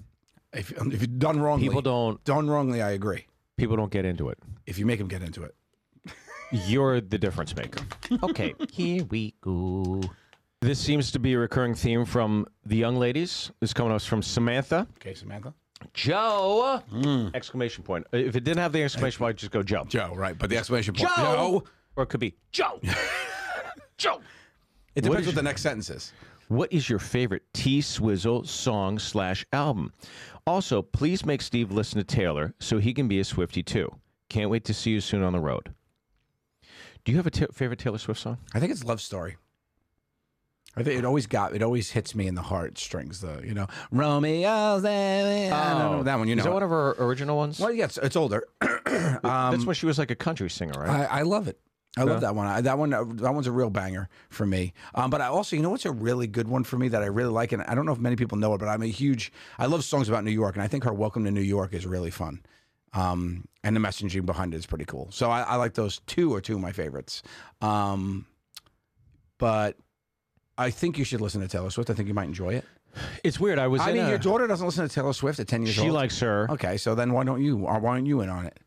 [SPEAKER 3] If um, if it's done wrongly,
[SPEAKER 4] People don't
[SPEAKER 3] done wrongly, I agree.
[SPEAKER 4] people don't get into it.
[SPEAKER 3] If you make them get into it,
[SPEAKER 4] You're the difference maker. Okay, here we go. This seems to be a recurring theme from the young ladies. This is coming us from Samantha.
[SPEAKER 3] okay, Samantha.
[SPEAKER 4] Joe! Exclamation point. Uh, If it didn't have the exclamation point, just go Joe.
[SPEAKER 3] Joe, right? But the exclamation point.
[SPEAKER 4] Joe! Or it could be Joe. Joe.
[SPEAKER 3] It
[SPEAKER 4] What
[SPEAKER 3] depends
[SPEAKER 4] is
[SPEAKER 3] what, the next sentence is.
[SPEAKER 4] What is your favorite T Swizzle song slash album? Also, please make Steve listen to Taylor so he can be a Swifty too. Can't wait to see you soon on the road. Do you have a ta- favorite Taylor Swift song?
[SPEAKER 3] I think it's love story. I think it always got it always hits me in the heartstrings. The you know Romeo's. eh, I don't know that one. You know
[SPEAKER 4] Oh.
[SPEAKER 3] it.
[SPEAKER 4] Is that
[SPEAKER 3] Um,
[SPEAKER 4] one of her original ones?
[SPEAKER 3] Well, yeah, it's, it's older. [CLEARS THROAT]
[SPEAKER 4] That's when she was like a country singer, right?
[SPEAKER 3] I, I love it. I love that one. I, that one. uh, That one's a real banger for me. Um, but I also, you know, what's a really good one for me that I really like, and I don't know if many people know it, but I'm a huge. I love songs about New York, and I think her "Welcome to New York" is really fun. Um, and the messaging behind it is pretty cool. So I, I like those two are two of my favorites. Um, but I think you should listen to Taylor Swift. I think you might enjoy it.
[SPEAKER 4] it's weird. I was.
[SPEAKER 3] uh, I
[SPEAKER 4] in
[SPEAKER 3] mean,
[SPEAKER 4] a-
[SPEAKER 3] your daughter doesn't listen to Taylor Swift at ten years
[SPEAKER 4] She
[SPEAKER 3] old.
[SPEAKER 4] likes her.
[SPEAKER 3] Okay, so then why don't you? Or why aren't you in on it?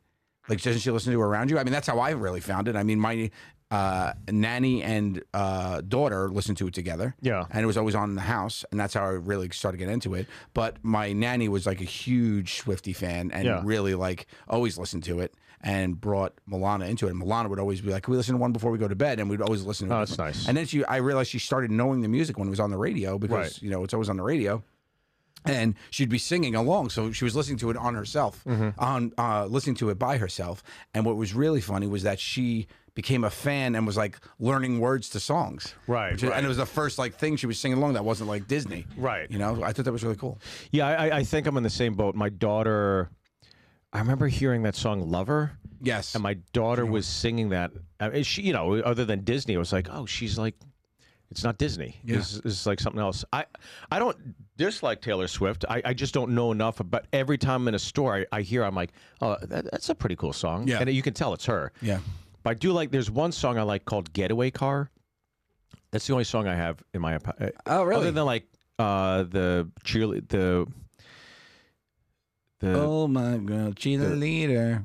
[SPEAKER 3] Like, doesn't she listen to around you? I mean, that's how I really found it. I mean, my uh, nanny and uh, daughter listened to it together.
[SPEAKER 4] Yeah.
[SPEAKER 3] and it was always on in the house, and that's how I really started to get into it. But my nanny was like a huge Swifty fan, and
[SPEAKER 4] Yeah.
[SPEAKER 3] really like always listened to it. And brought Milana into it. And Milana would always be like, "Can we listen to one before we go to bed?" And we'd always listen. to
[SPEAKER 4] Oh,
[SPEAKER 3] it.
[SPEAKER 4] that's nice.
[SPEAKER 3] And then she, I realized she started knowing the music when it was on the radio because
[SPEAKER 4] Right.
[SPEAKER 3] you know it's always on the radio and she'd be singing along. So she was listening to it on herself,
[SPEAKER 4] Mm-hmm.
[SPEAKER 3] on uh, listening to it by herself. And what was really funny was that she became a fan and was like learning words to songs.
[SPEAKER 4] Right,
[SPEAKER 3] Which is-
[SPEAKER 4] right.
[SPEAKER 3] And it was the first like thing she was singing along that wasn't like Disney.
[SPEAKER 4] Right.
[SPEAKER 3] You know, I thought that was really cool.
[SPEAKER 4] Yeah, I, I- I think I'm in the same boat. My daughter. I remember hearing that song "Lover,"
[SPEAKER 3] Yes.
[SPEAKER 4] and my daughter was singing that. I mean, she, you know, other than Disney, I was like, "Oh, she's like, it's not Disney. This, this is like something else." I, I don't dislike Taylor Swift. I, I just don't know enough. But every time I'm in a store, I, I hear, I'm like, "Oh, that, that's a pretty cool song."
[SPEAKER 3] Yeah.
[SPEAKER 4] and you can tell it's her.
[SPEAKER 3] yeah.
[SPEAKER 4] But I do like. There's one song I like called "Getaway Car." That's the only song I have in my. uh, iPod-
[SPEAKER 3] Oh, really?
[SPEAKER 4] Other than like uh, the cheerle the
[SPEAKER 5] The,
[SPEAKER 3] oh my God, she's a leader.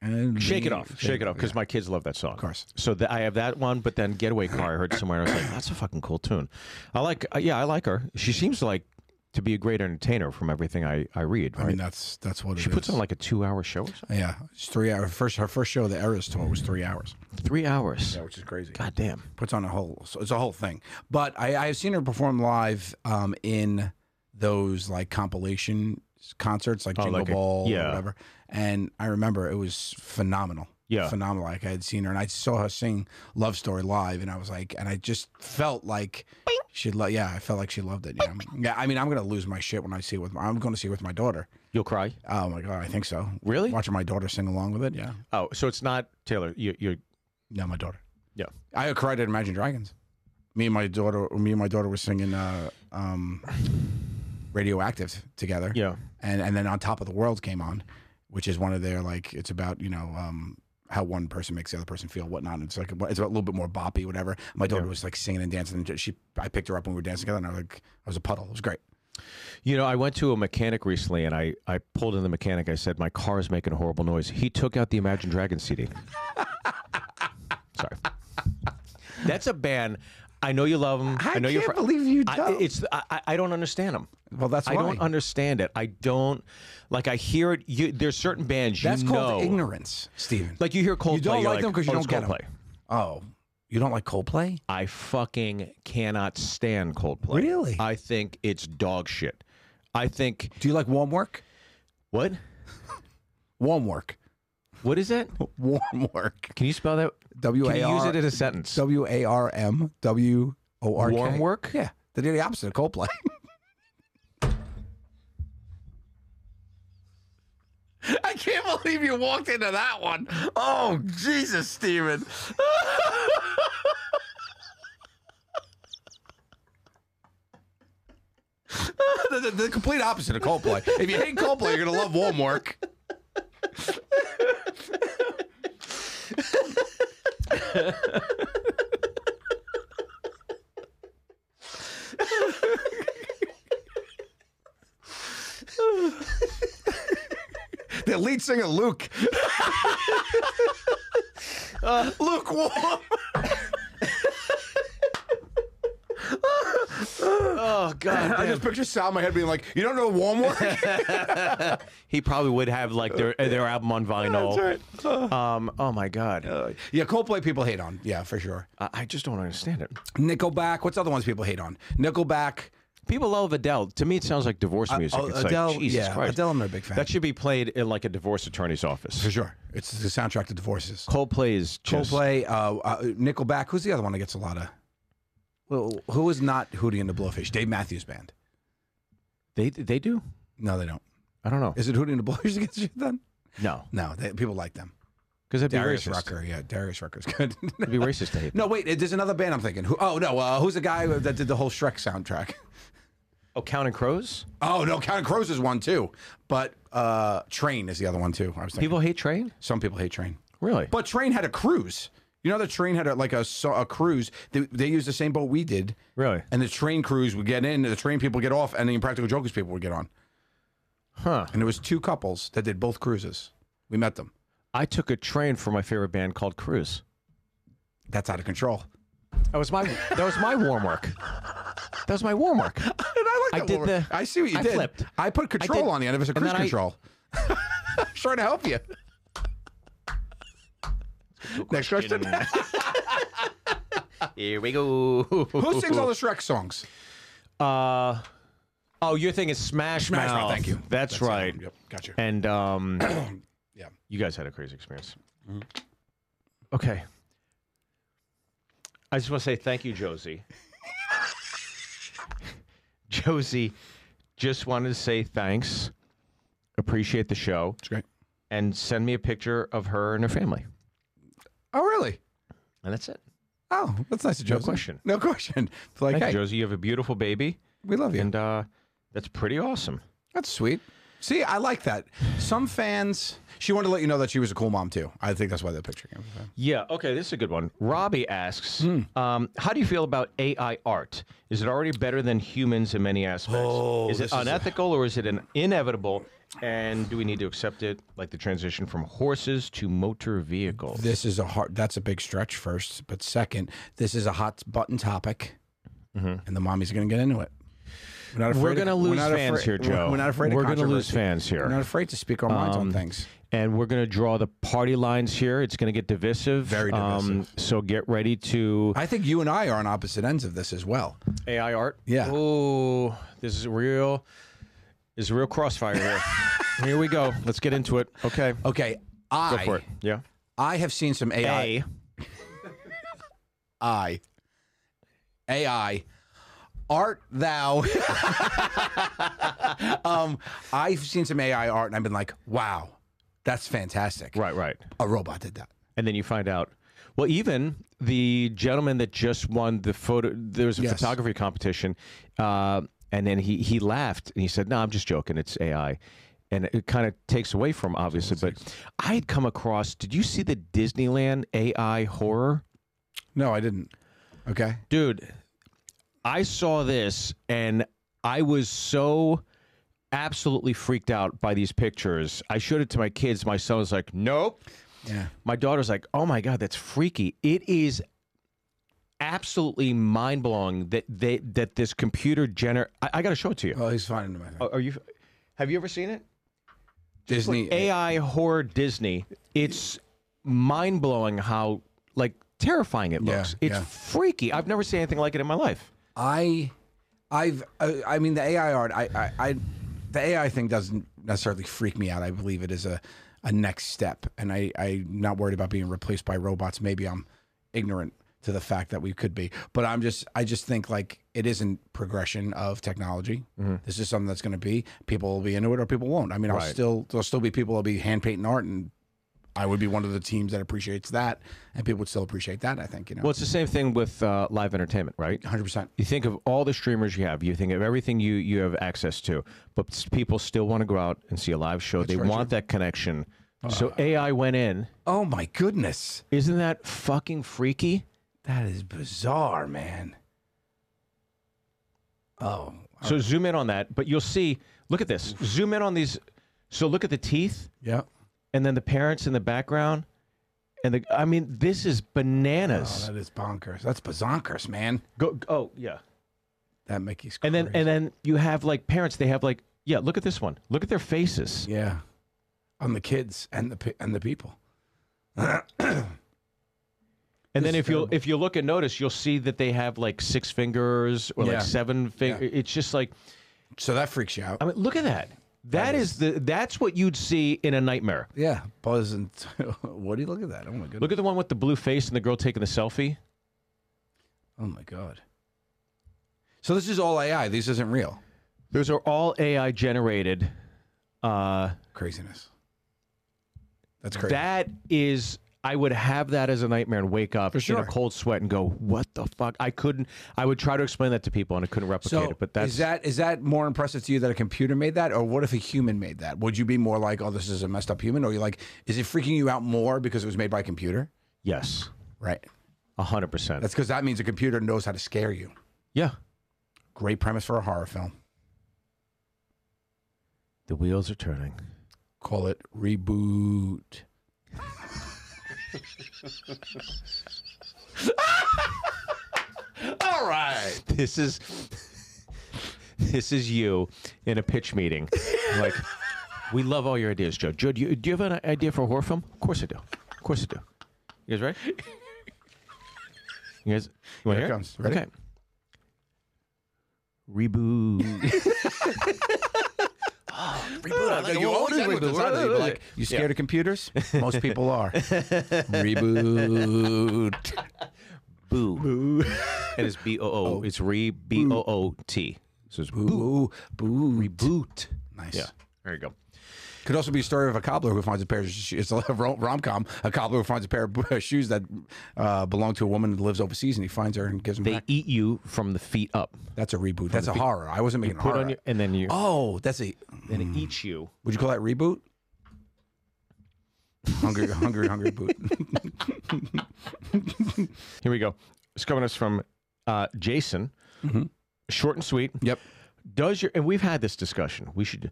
[SPEAKER 3] And
[SPEAKER 4] Shake it off,
[SPEAKER 3] leader.
[SPEAKER 4] shake it off, because my kids love that song. Of
[SPEAKER 3] course.
[SPEAKER 4] So th- I have that one, but then Getaway Car I heard somewhere, and I was like, that's a fucking cool tune. I like, uh, yeah, I like her. She seems like to be a great entertainer from everything I I read.
[SPEAKER 3] I
[SPEAKER 4] right?
[SPEAKER 3] mean, that's that's what it is.
[SPEAKER 4] she puts on like a two-hour show or something.
[SPEAKER 3] yeah, it's three hours. First, her first show, the Eras tour, was three hours.
[SPEAKER 4] Three hours.
[SPEAKER 3] which is crazy.
[SPEAKER 4] God damn.
[SPEAKER 3] puts on a whole so it's a whole thing but i i've seen her perform live um in those like compilation concerts like jingle
[SPEAKER 4] Oh, like a-
[SPEAKER 3] ball
[SPEAKER 4] yeah.
[SPEAKER 3] or whatever and i remember it was phenomenal
[SPEAKER 4] Yeah.
[SPEAKER 3] phenomenal like i had seen her and i saw her sing love story live and i was like and i just felt like she lo- yeah i felt like she loved it yeah yeah i mean i'm gonna lose my shit when i see it with my i'm gonna see it with my daughter
[SPEAKER 4] You'll cry.
[SPEAKER 3] oh my god i think so
[SPEAKER 4] Really?
[SPEAKER 3] watching my daughter sing along with it yeah
[SPEAKER 4] Oh, so it's not Taylor. You, you.
[SPEAKER 3] no, my daughter.
[SPEAKER 4] Yeah.
[SPEAKER 3] I cried at Imagine Dragons. Me and my daughter, me and my daughter were singing uh, um, "Radioactive" together.
[SPEAKER 4] Yeah.
[SPEAKER 3] and and then on top of the world came on, which is one of their like it's about you know um, how one person makes the other person feel whatnot. And it's like it's a little bit more boppy, whatever. My daughter was like singing and dancing, and she I picked her up when we were dancing together, and I was like I was a puddle. It was great.
[SPEAKER 4] You know, I went to a mechanic recently, and I I pulled in the mechanic. I said my car is making a horrible noise. He took out the Imagine Dragons
[SPEAKER 3] [LAUGHS]
[SPEAKER 4] CD. Sorry. That's a band. I know you love them. I,
[SPEAKER 3] I
[SPEAKER 4] know you're.
[SPEAKER 3] can't believe you
[SPEAKER 4] I,
[SPEAKER 3] don't.
[SPEAKER 4] it's I, I- I don't understand them.
[SPEAKER 3] Well, that's
[SPEAKER 4] I don't
[SPEAKER 3] why.
[SPEAKER 4] understand it. I don't like. I hear it. You, there's certain bands you
[SPEAKER 3] That's
[SPEAKER 4] know.
[SPEAKER 3] called ignorance, Stephen.
[SPEAKER 4] Like you hear Coldplay.
[SPEAKER 3] you don't
[SPEAKER 4] you're
[SPEAKER 3] like them because you
[SPEAKER 4] oh,
[SPEAKER 3] don't
[SPEAKER 4] it's
[SPEAKER 3] get 'em.
[SPEAKER 4] Coldplay.
[SPEAKER 3] Oh, you don't like Coldplay?
[SPEAKER 4] I fucking cannot stand Coldplay.
[SPEAKER 3] Really?
[SPEAKER 4] I think it's dog shit. I think
[SPEAKER 3] Do you like warm work?
[SPEAKER 4] what?
[SPEAKER 3] Warm work.
[SPEAKER 4] What is that?
[SPEAKER 3] Warm work.
[SPEAKER 4] Can you spell that?
[SPEAKER 3] W
[SPEAKER 4] Can
[SPEAKER 3] A
[SPEAKER 4] you use
[SPEAKER 3] R
[SPEAKER 4] it in a sentence?
[SPEAKER 3] W A R M W O R K.
[SPEAKER 4] Warm work?
[SPEAKER 3] Yeah, they did the opposite of Coldplay. [LAUGHS] I can't believe you walked into that one. Oh Jesus, Steven. [LAUGHS] the, the- the complete opposite of Coldplay. If you hate Coldplay, you're gonna love warm work. The lead singer [LAUGHS] Luke. Luke Warm. [LAUGHS]
[SPEAKER 4] Oh god.
[SPEAKER 3] I just picture Sal in my head being like, "You don't know warm [LAUGHS] work."
[SPEAKER 4] He probably would have like [LAUGHS] their their album on vinyl. [LAUGHS] Um. Oh my god.
[SPEAKER 3] yeah, Coldplay people hate on. Yeah, for sure.
[SPEAKER 4] I, I just don't understand it.
[SPEAKER 3] Nickelback. What's other ones people hate on? Nickelback.
[SPEAKER 4] People love Adele. To me, it sounds like divorce music.
[SPEAKER 3] oh,
[SPEAKER 4] it's
[SPEAKER 3] Adele-
[SPEAKER 4] like, Jesus
[SPEAKER 3] yeah,
[SPEAKER 4] Christ.
[SPEAKER 3] Adele I'm not a big fan.
[SPEAKER 4] That should be played in like a divorce attorney's office.
[SPEAKER 3] For sure, it's the soundtrack to divorces.
[SPEAKER 4] Coldplay is just
[SPEAKER 3] Coldplay, uh, uh, Nickelback. Who's the other one that gets a lot of? Well, who is not Hootie and the Blowfish? Dave Matthews Band.
[SPEAKER 4] They they do.
[SPEAKER 3] No, they don't.
[SPEAKER 4] I don't know.
[SPEAKER 3] Is it Hootie and the Blowfish that gets you then?
[SPEAKER 4] No,
[SPEAKER 3] No, they, people like them.
[SPEAKER 4] because that'd be
[SPEAKER 3] Darius
[SPEAKER 4] racist.
[SPEAKER 3] Rucker, yeah, Darius Rucker's good. [LAUGHS]
[SPEAKER 4] It'd be racist to hate.
[SPEAKER 3] no, wait, eh, there's another band I'm thinking. Who, oh no, uh, who's the guy that did the whole Shrek soundtrack?
[SPEAKER 4] Oh, Counting Crows.
[SPEAKER 3] Oh no, Count Crows is one too, but uh, Train is the other one too. I was thinking.
[SPEAKER 4] People hate Train.
[SPEAKER 3] Some people hate Train.
[SPEAKER 4] Really?
[SPEAKER 3] But Train had a cruise. You know, the train had a, like a, so- a cruise. They, they used the same boat we did.
[SPEAKER 4] Really?
[SPEAKER 3] And the train crews would get in, the train people get off, and the Impractical Jokers people would get on.
[SPEAKER 4] huh?
[SPEAKER 3] And there was two couples that did both cruises. We met them.
[SPEAKER 4] I took a train for my favorite band called Cruise.
[SPEAKER 3] That's out of control.
[SPEAKER 4] That was my that was my warm work. That was my warm work.
[SPEAKER 3] And I like
[SPEAKER 4] I
[SPEAKER 3] that
[SPEAKER 4] did
[SPEAKER 3] little-
[SPEAKER 4] the-
[SPEAKER 3] I see what you
[SPEAKER 4] I
[SPEAKER 3] did.
[SPEAKER 4] flipped.
[SPEAKER 3] I put control
[SPEAKER 4] did-
[SPEAKER 3] on the end of it. It's a
[SPEAKER 4] and
[SPEAKER 3] cruise
[SPEAKER 4] then I-
[SPEAKER 3] control. [LAUGHS] Trying to help you. Next question.
[SPEAKER 4] Here we go.
[SPEAKER 3] Who sings all the Shrek songs?
[SPEAKER 4] Uh, oh, your thing is Smash,
[SPEAKER 3] Smash Mouth,
[SPEAKER 4] Mouth.
[SPEAKER 3] thank you.
[SPEAKER 4] That's,
[SPEAKER 3] the
[SPEAKER 4] right.
[SPEAKER 3] one. Yep, got you.
[SPEAKER 4] And um,
[SPEAKER 3] [CLEARS THROAT] Yeah. Mm-hmm.
[SPEAKER 4] you guys had a crazy experience. Okay. I just want to say thank you, Josie. [LAUGHS] Josie, just wanted to say thanks. Appreciate the show,
[SPEAKER 3] It's great.
[SPEAKER 4] and send me a picture of her and her family.
[SPEAKER 3] Oh, really?
[SPEAKER 4] And that's it.
[SPEAKER 3] Oh, that's nice of
[SPEAKER 4] No
[SPEAKER 3] Josie.
[SPEAKER 4] question.
[SPEAKER 3] No question. [LAUGHS] It's like,
[SPEAKER 4] Thank
[SPEAKER 3] hey,
[SPEAKER 4] you, Josie. You have a beautiful baby,
[SPEAKER 3] we love you.
[SPEAKER 4] and uh, that's pretty awesome.
[SPEAKER 3] That's sweet. See, I like that. Some fans. She wanted to let you know that she was a cool mom too. I think that's why that picture came. from.
[SPEAKER 4] Yeah. Okay. This is a good one. Robbie asks,
[SPEAKER 3] Hmm.
[SPEAKER 4] um, "How do you feel about AI art? Is it already better than humans in many aspects?
[SPEAKER 3] Oh,
[SPEAKER 4] is it
[SPEAKER 3] this is a-
[SPEAKER 4] unethical or is it an inevitable? And do we need to accept it, like the transition from horses to motor vehicles?
[SPEAKER 3] This is a hard. That's a big stretch. First, but second, this is a hot button topic, and the mommy's going to get into it. We're, not
[SPEAKER 4] Mm-hmm. we're
[SPEAKER 3] afraid-
[SPEAKER 4] gonna lose
[SPEAKER 3] not
[SPEAKER 4] fans
[SPEAKER 3] afraid-
[SPEAKER 4] here,
[SPEAKER 3] we're-
[SPEAKER 4] Joe.
[SPEAKER 3] We're not afraid.
[SPEAKER 4] We're
[SPEAKER 3] of
[SPEAKER 4] gonna lose
[SPEAKER 3] controversy.
[SPEAKER 4] fans here. Um,
[SPEAKER 3] We're not afraid to speak our minds on things.
[SPEAKER 4] and we're going to draw the party lines here. It's going to get divisive. Um,
[SPEAKER 3] Very divisive.
[SPEAKER 4] so get ready to
[SPEAKER 3] I think you and I are on opposite ends of this as well.
[SPEAKER 4] AI art.
[SPEAKER 3] Yeah.
[SPEAKER 4] Oh, this is real. This is real
[SPEAKER 3] [LAUGHS]
[SPEAKER 4] crossfire here. here we go. Let's get into it. Okay.
[SPEAKER 3] Okay,
[SPEAKER 4] Go
[SPEAKER 3] I
[SPEAKER 4] for it. Yeah.
[SPEAKER 3] I have seen some AI
[SPEAKER 4] A.
[SPEAKER 3] I AI art thou [LAUGHS] um I've seen some AI art and I've been like wow that's fantastic
[SPEAKER 4] Right. Right.
[SPEAKER 3] a robot did that
[SPEAKER 4] And then you find out. Well, even the gentleman that just won the photo, there was a
[SPEAKER 3] Yes.
[SPEAKER 4] photography competition, uh, and then he he laughed and he said, "No, I'm just joking. It's AI." And it kind of takes away from obviously, but I had come across. Did you see the Disneyland AI horror?
[SPEAKER 3] no I didn't okay
[SPEAKER 4] dude i saw this and i was so absolutely freaked out by these pictures i showed it to my kids my son was like nope
[SPEAKER 3] yeah
[SPEAKER 4] my daughter's like oh my god that's freaky it is absolutely mind-blowing that they that this computer gener i, I gotta show it to you
[SPEAKER 3] oh he's finding my
[SPEAKER 4] are, are you have you ever seen it
[SPEAKER 3] Disney
[SPEAKER 4] ai horror disney it's mind-blowing how like terrifying it
[SPEAKER 3] Yeah,
[SPEAKER 4] looks it's
[SPEAKER 3] yeah.
[SPEAKER 4] freaky i've never seen anything like it in my life
[SPEAKER 3] I I've I, I mean the AI art I, I I the AI thing doesn't necessarily freak me out I believe it is a a next step and I I'm not worried about being replaced by robots maybe I'm ignorant to the fact that we could be but I'm just I just think like it isn't progression of technology this is something that's going to be people will be into it or people won't I mean I'll
[SPEAKER 4] Mm-hmm. Right.
[SPEAKER 3] still there'll still be people that'll be hand painting art and I would be one of the teams that appreciates that and people would still appreciate that I think you know
[SPEAKER 4] Well, it's the same thing with uh, live entertainment, right?
[SPEAKER 3] 100%
[SPEAKER 4] You think of all the streamers you have, you think of everything you, you have access to, but s- people still want to go out and see a live show. they want that connection.
[SPEAKER 3] Uh,
[SPEAKER 4] so AI went in.
[SPEAKER 3] oh my goodness
[SPEAKER 4] Isn't that fucking freaky?
[SPEAKER 3] That is bizarre, man. Oh,
[SPEAKER 4] So zoom in on that, but you'll see. Look at this. Zoom in on these. So look at the teeth,
[SPEAKER 3] yeah.
[SPEAKER 4] and then the parents in the background, and the. I mean, this is
[SPEAKER 3] Oh,
[SPEAKER 4] bananas.
[SPEAKER 3] that is bonkers. That's bazonkers, man.
[SPEAKER 4] go, go. Oh yeah.
[SPEAKER 3] That Mickey's.
[SPEAKER 4] And then
[SPEAKER 3] crazy.
[SPEAKER 4] and then you have like parents. They have like yeah. Look at this one. Look at their faces.
[SPEAKER 3] yeah, on the kids and the pe- and the people.
[SPEAKER 4] And then
[SPEAKER 3] This
[SPEAKER 4] if
[SPEAKER 3] is
[SPEAKER 4] you if you look and notice, you'll see that they have like six fingers or
[SPEAKER 3] Yeah.
[SPEAKER 4] like seven fingers. It's just like
[SPEAKER 3] So that freaks you out.
[SPEAKER 4] I mean, look at that. that is, the that's what you'd see in a nightmare.
[SPEAKER 3] yeah, Buzz and [LAUGHS] Woody. Look at that. Oh my goodness.
[SPEAKER 4] Look at the one with the blue face and the girl taking the selfie.
[SPEAKER 3] oh my god. So this is all AI. This isn't real
[SPEAKER 4] Those are all AI generated. Uh,
[SPEAKER 3] craziness. That's crazy.
[SPEAKER 4] that is, I would have that as a nightmare and wake up in
[SPEAKER 3] sure.
[SPEAKER 4] a cold sweat and go, "What the fuck?" I couldn't. I would try to explain that to people and I couldn't replicate
[SPEAKER 3] so
[SPEAKER 4] it. But that's
[SPEAKER 3] is that is that more impressive to you that a computer made that, or what if a human made that? Would you be more like, oh, this is a messed up human, or you like, is it freaking you out more because it was made by a computer?
[SPEAKER 4] yes,
[SPEAKER 3] Right.
[SPEAKER 4] hundred percent.
[SPEAKER 3] That's because that means a computer knows how to scare you.
[SPEAKER 4] Yeah,
[SPEAKER 3] Great premise for a horror film.
[SPEAKER 4] the wheels are turning.
[SPEAKER 3] Call it reboot.
[SPEAKER 4] All right. [LAUGHS] This is this is you in a pitch meeting. You're like, we love all your ideas, Joe. Joe, do you, do you have an idea for a horror film? Of course I do. Of course I do. You guys ready? You guys, you want
[SPEAKER 3] Here it
[SPEAKER 4] to hear?
[SPEAKER 3] comes. Ready?
[SPEAKER 4] Okay. Reboot. [LAUGHS]
[SPEAKER 3] you always end with this, aren't you? You're like, you scared of computers? Most people are. reboot.
[SPEAKER 4] Boo. Boo. and it's B O
[SPEAKER 3] Oh.
[SPEAKER 4] O. It's re B O O T. So it's boo.
[SPEAKER 3] Boo. Boo.
[SPEAKER 4] Reboot.
[SPEAKER 3] Nice.
[SPEAKER 4] Yeah. There you go.
[SPEAKER 3] Could also be a story of a cobbler who finds a pair of shoes. It's a [LAUGHS] rom com. A cobbler who finds a pair of [LAUGHS] shoes that uh, belong to a woman that lives overseas, and he finds her and gives them
[SPEAKER 5] They
[SPEAKER 3] back.
[SPEAKER 5] eat you from the feet up.
[SPEAKER 3] That's a reboot. That's a horror. I wasn't making
[SPEAKER 5] Put
[SPEAKER 3] horror.
[SPEAKER 5] on your and then you
[SPEAKER 3] oh, that's a.
[SPEAKER 5] then it eats you.
[SPEAKER 3] Would you call that reboot? Hungry, [LAUGHS] hungry,
[SPEAKER 5] [LAUGHS]
[SPEAKER 3] hungry boot.
[SPEAKER 4] Here we go. It's coming us from uh, Jason. Short and sweet.
[SPEAKER 3] Mm-hmm. Yep.
[SPEAKER 4] Does your and we've had this discussion. We should.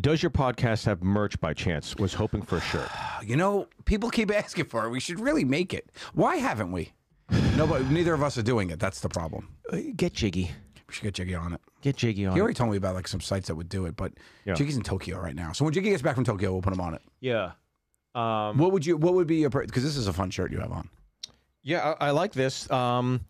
[SPEAKER 4] Does your podcast have merch by chance? Was hoping for a shirt.
[SPEAKER 3] You know, people keep asking for it. We should really make it. Why haven't we? Nobody, neither of us are doing it. That's the problem.
[SPEAKER 5] Get jiggy.
[SPEAKER 3] We should get Uh, Jiggy on it.
[SPEAKER 5] Get jiggy on.
[SPEAKER 3] He
[SPEAKER 5] it.
[SPEAKER 3] already told me about like some sites that would do it, but Jiggy's in Tokyo right now. So when Jiggy gets back from Tokyo, we'll put him on it.
[SPEAKER 4] Yeah. Um,
[SPEAKER 3] What would you? What would be your? Because this is a fun shirt you have on.
[SPEAKER 4] Yeah, I, I like this. Um,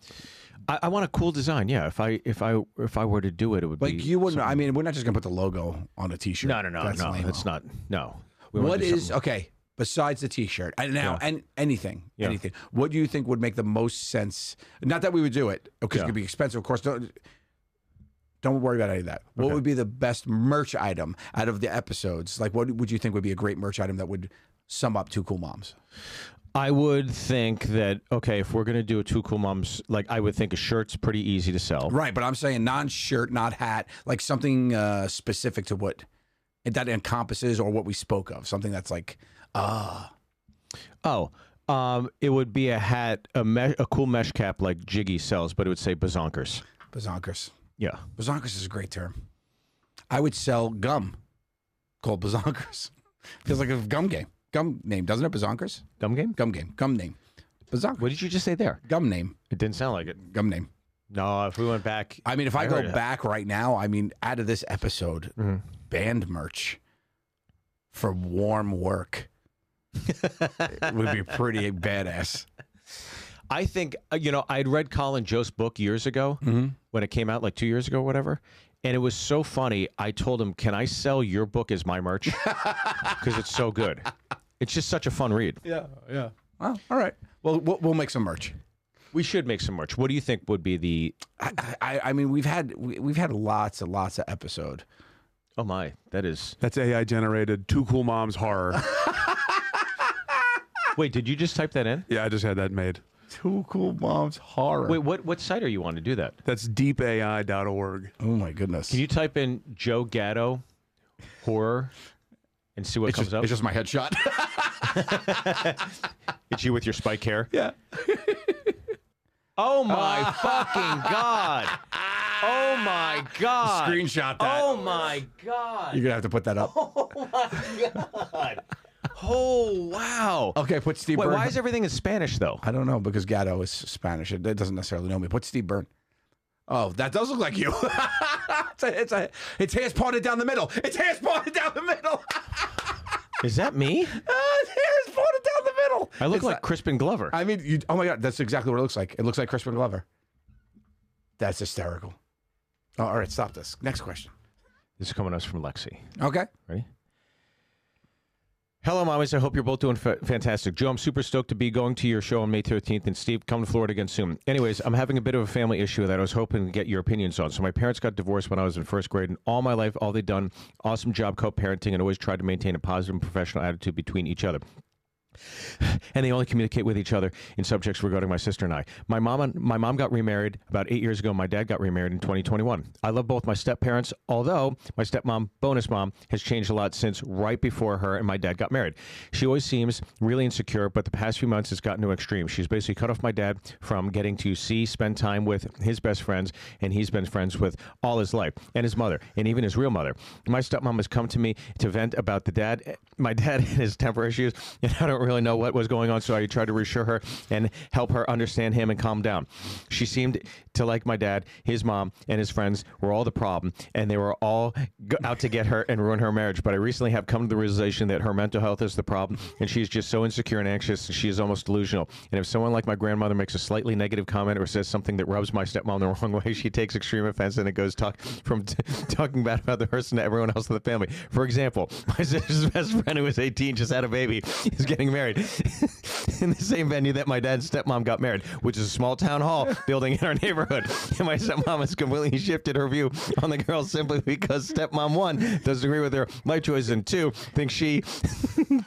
[SPEAKER 4] I, I want a cool design. Yeah, if I if I if I were to do it, it would
[SPEAKER 3] Like
[SPEAKER 4] be
[SPEAKER 3] you wouldn't. I mean, we're not just gonna put the logo on a T-shirt.
[SPEAKER 4] No, no, no, no.
[SPEAKER 3] lame-o.
[SPEAKER 4] It's not. No. We wanna
[SPEAKER 3] What
[SPEAKER 4] do
[SPEAKER 3] is
[SPEAKER 4] something-
[SPEAKER 3] okay? Besides the T-shirt, and now and anything, anything. What do you think would make the most sense? Not that we would do it because it could be expensive, of course. Don't don't worry about any of that. What would be the best merch item out of the episodes? Like, what would you think would be a great merch item that would sum up two cool moms?
[SPEAKER 4] I would think that okay, if we're gonna do a two cool moms, like I would think a shirt's pretty easy to sell.
[SPEAKER 3] Right, but I'm saying non-shirt, not hat, like something uh, specific to what that encompasses or what we spoke of. Something that's like, ah,
[SPEAKER 4] Oh, um, it would be a hat, a mesh, a cool mesh cap like Jiggy sells, but it would say Bazonkers.
[SPEAKER 3] bazonkers.
[SPEAKER 4] Yeah.
[SPEAKER 3] Bazonkers is a great term. I would sell gum called bazonkers. [LAUGHS] Feels like a gum game. Gum name, doesn't it? Bazonkers?
[SPEAKER 4] Gum game.
[SPEAKER 3] Gum game. Gum name. Bazonkers.
[SPEAKER 4] What did you just say there?
[SPEAKER 3] Gum name.
[SPEAKER 4] It didn't sound like it.
[SPEAKER 3] Gum name.
[SPEAKER 4] No, if we went back,
[SPEAKER 3] I mean, if I, Mm-hmm. go
[SPEAKER 4] heard it.
[SPEAKER 3] back right now, I mean, out of this episode, band merch for warm [LAUGHS] work would be pretty badass.
[SPEAKER 4] I think uh, you know I'd read Colin Joe's book years ago when it came out, like two years ago, or whatever. And it was so funny. I told him, "Can I sell your book as my [LAUGHS] merch? Because it's so good. It's just such a fun read.
[SPEAKER 3] Well, all right. Well, we'll, we'll make some merch.
[SPEAKER 4] We should make some merch. What do you think would be the?
[SPEAKER 3] I, I, I mean, we've had we, we've had lots and lots of episode.
[SPEAKER 4] Oh my, that is.
[SPEAKER 6] That's AI generated. Two cool moms horror.
[SPEAKER 4] [LAUGHS] Wait, did you just type that in?
[SPEAKER 6] yeah, I just had that made.
[SPEAKER 3] Two cool moms horror.
[SPEAKER 4] Wait, what what site are you on to do that?
[SPEAKER 6] That's deepai.org.
[SPEAKER 3] oh my goodness!
[SPEAKER 4] Can you type in Joe Gatto horror and see what
[SPEAKER 3] it's,
[SPEAKER 4] comes
[SPEAKER 3] just,
[SPEAKER 4] up?
[SPEAKER 3] it's just my headshot.
[SPEAKER 4] it's you with your spike hair.
[SPEAKER 3] [LAUGHS] yeah.
[SPEAKER 4] Oh my fucking god! Oh my god!
[SPEAKER 3] Screenshot that.
[SPEAKER 4] Oh my god! [LAUGHS]
[SPEAKER 3] You're gonna have to put that up.
[SPEAKER 4] Oh wow!
[SPEAKER 3] Okay, put Steve.
[SPEAKER 4] Wait,
[SPEAKER 3] Byrne.
[SPEAKER 4] why is everything in Spanish though?
[SPEAKER 3] I don't know because Gatto is Spanish. It, it doesn't necessarily know me. Put Steve Byrne. Oh, that does look like you. [LAUGHS] it's a, it's a, it's hands parted down the middle. It's hands parted down the middle. [LAUGHS]
[SPEAKER 4] Is that [LAUGHS] me?
[SPEAKER 3] it's hands parted down the middle.
[SPEAKER 4] I look
[SPEAKER 3] It's
[SPEAKER 4] like Crispin Glover.
[SPEAKER 3] I mean, you, oh my God, that's exactly what it looks like. It looks like Crispin Glover. That's hysterical. Oh, all right, stop this. Next question.
[SPEAKER 4] this is coming to us from Lexi.
[SPEAKER 3] Okay.
[SPEAKER 4] Ready? Hello, mommies. I hope you're both doing fa- fantastic. Joe, I'm super stoked to be going to your show on May 13th, and Steve, come to Florida again soon. Anyways, I'm having a bit of a family issue that I was hoping to get your opinions on. So, my parents got divorced when I was in first grade, and all my life, all they've done, awesome job co parenting, and always tried to maintain a positive and professional attitude between each other [LAUGHS] and they only communicate with each other in subjects regarding my sister and I. My mom and my mom got remarried about eight years ago. My dad got remarried in 2021. I love both my step parents, although my stepmom, bonus mom, has changed a lot since right before her and my dad got married. She always seems really insecure, but the past few months it's gotten to extreme. She's basically cut off my dad from getting to see, spend time with his best friends, and he's been friends with all his life, and his mother, and even his real mother. My stepmom has come to me to vent about the dad, my dad [LAUGHS] and his temper issues, and I don't really know what was going on, so I tried to reassure her and help her understand him and calm down. She seemed to like my dad, his mom, and his friends were all the problem, and they were all g- out to get her and ruin her marriage. But I recently have come to the realization that her mental health is the problem, and she's just so insecure and anxious, and she is almost delusional. And if someone like my grandmother makes a slightly negative comment or says something that rubs my stepmom the [LAUGHS] wrong way, she takes extreme offense and it goes talk from t- [LAUGHS] talking bad about the [LAUGHS] person to everyone else in the family. For example, my sister's best friend who was 18 just had a baby is getting married married [LAUGHS] in the same venue that my dad's stepmom got married, which is a small town hall building in our neighborhood. And my stepmom has completely shifted her view on the girl simply because stepmom one doesn't agree with her life choices and two thinks she [LAUGHS]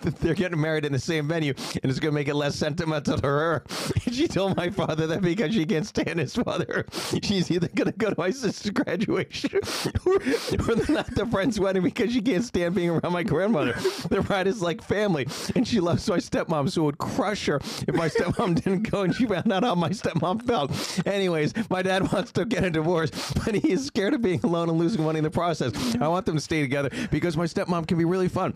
[SPEAKER 4] that they're getting married in the same venue and it's going to make it less sentimental to her. [LAUGHS] And she told my father that because she can't stand his father, [LAUGHS] she's either going to go to my sister's graduation [LAUGHS] or, or not the friend's wedding because she can't stand being around my grandmother. The bride is like family and she loves my stepmom, so it would crush her if my stepmom didn't go and she found out how my stepmom felt. Anyways, my dad wants to get a divorce, but he is scared of being alone and losing money in the process. I want them to stay together because my stepmom can be really fun.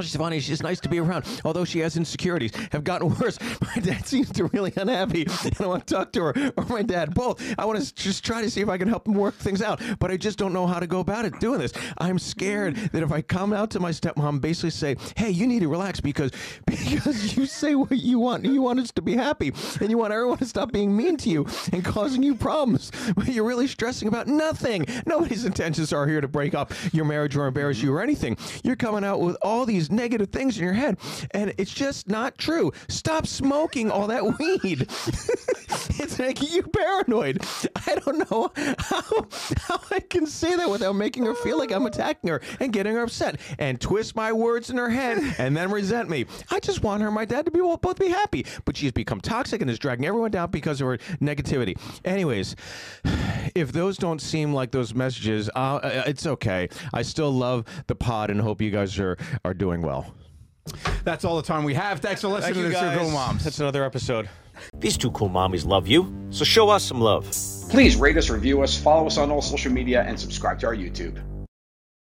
[SPEAKER 4] She's funny. She's nice to be around, although she has insecurities have gotten [LAUGHS] worse. My dad seems to really unhappy, and I want to talk to her or my dad both. I want to just try to see if I can help him work things out, but I just don't know how to go about it doing this. I'm scared that if I come out to my stepmom, and basically say, "Hey, you need to relax because [LAUGHS] because you say what you want. You want us to be happy, and you want everyone to stop being mean to you and causing you problems, but you're really stressing about nothing. Nobody's intentions are here to break up your marriage or embarrass you or anything. You're coming out with all these negative things in your head, and it's just not true. Stop smoking all that weed. [LAUGHS] it's making you paranoid. I don't know how, how I can say that without making her feel like I'm attacking her and getting her upset and twist my words in her head and then resent me. I just want her and my dad to be well, both be happy, but she's become toxic and is dragging everyone down because of her negativity. Anyways, if those don't seem like those messages, uh, uh, it's okay. I still love the pod and hope you guys are are doing well.
[SPEAKER 3] That's all the time we have. Thanks for listening to the Two Cool Moms.
[SPEAKER 4] That's another episode.
[SPEAKER 2] These two cool mommies love you, so show us some love.
[SPEAKER 7] Please rate us, review us, follow us on all social media, and subscribe to our YouTube.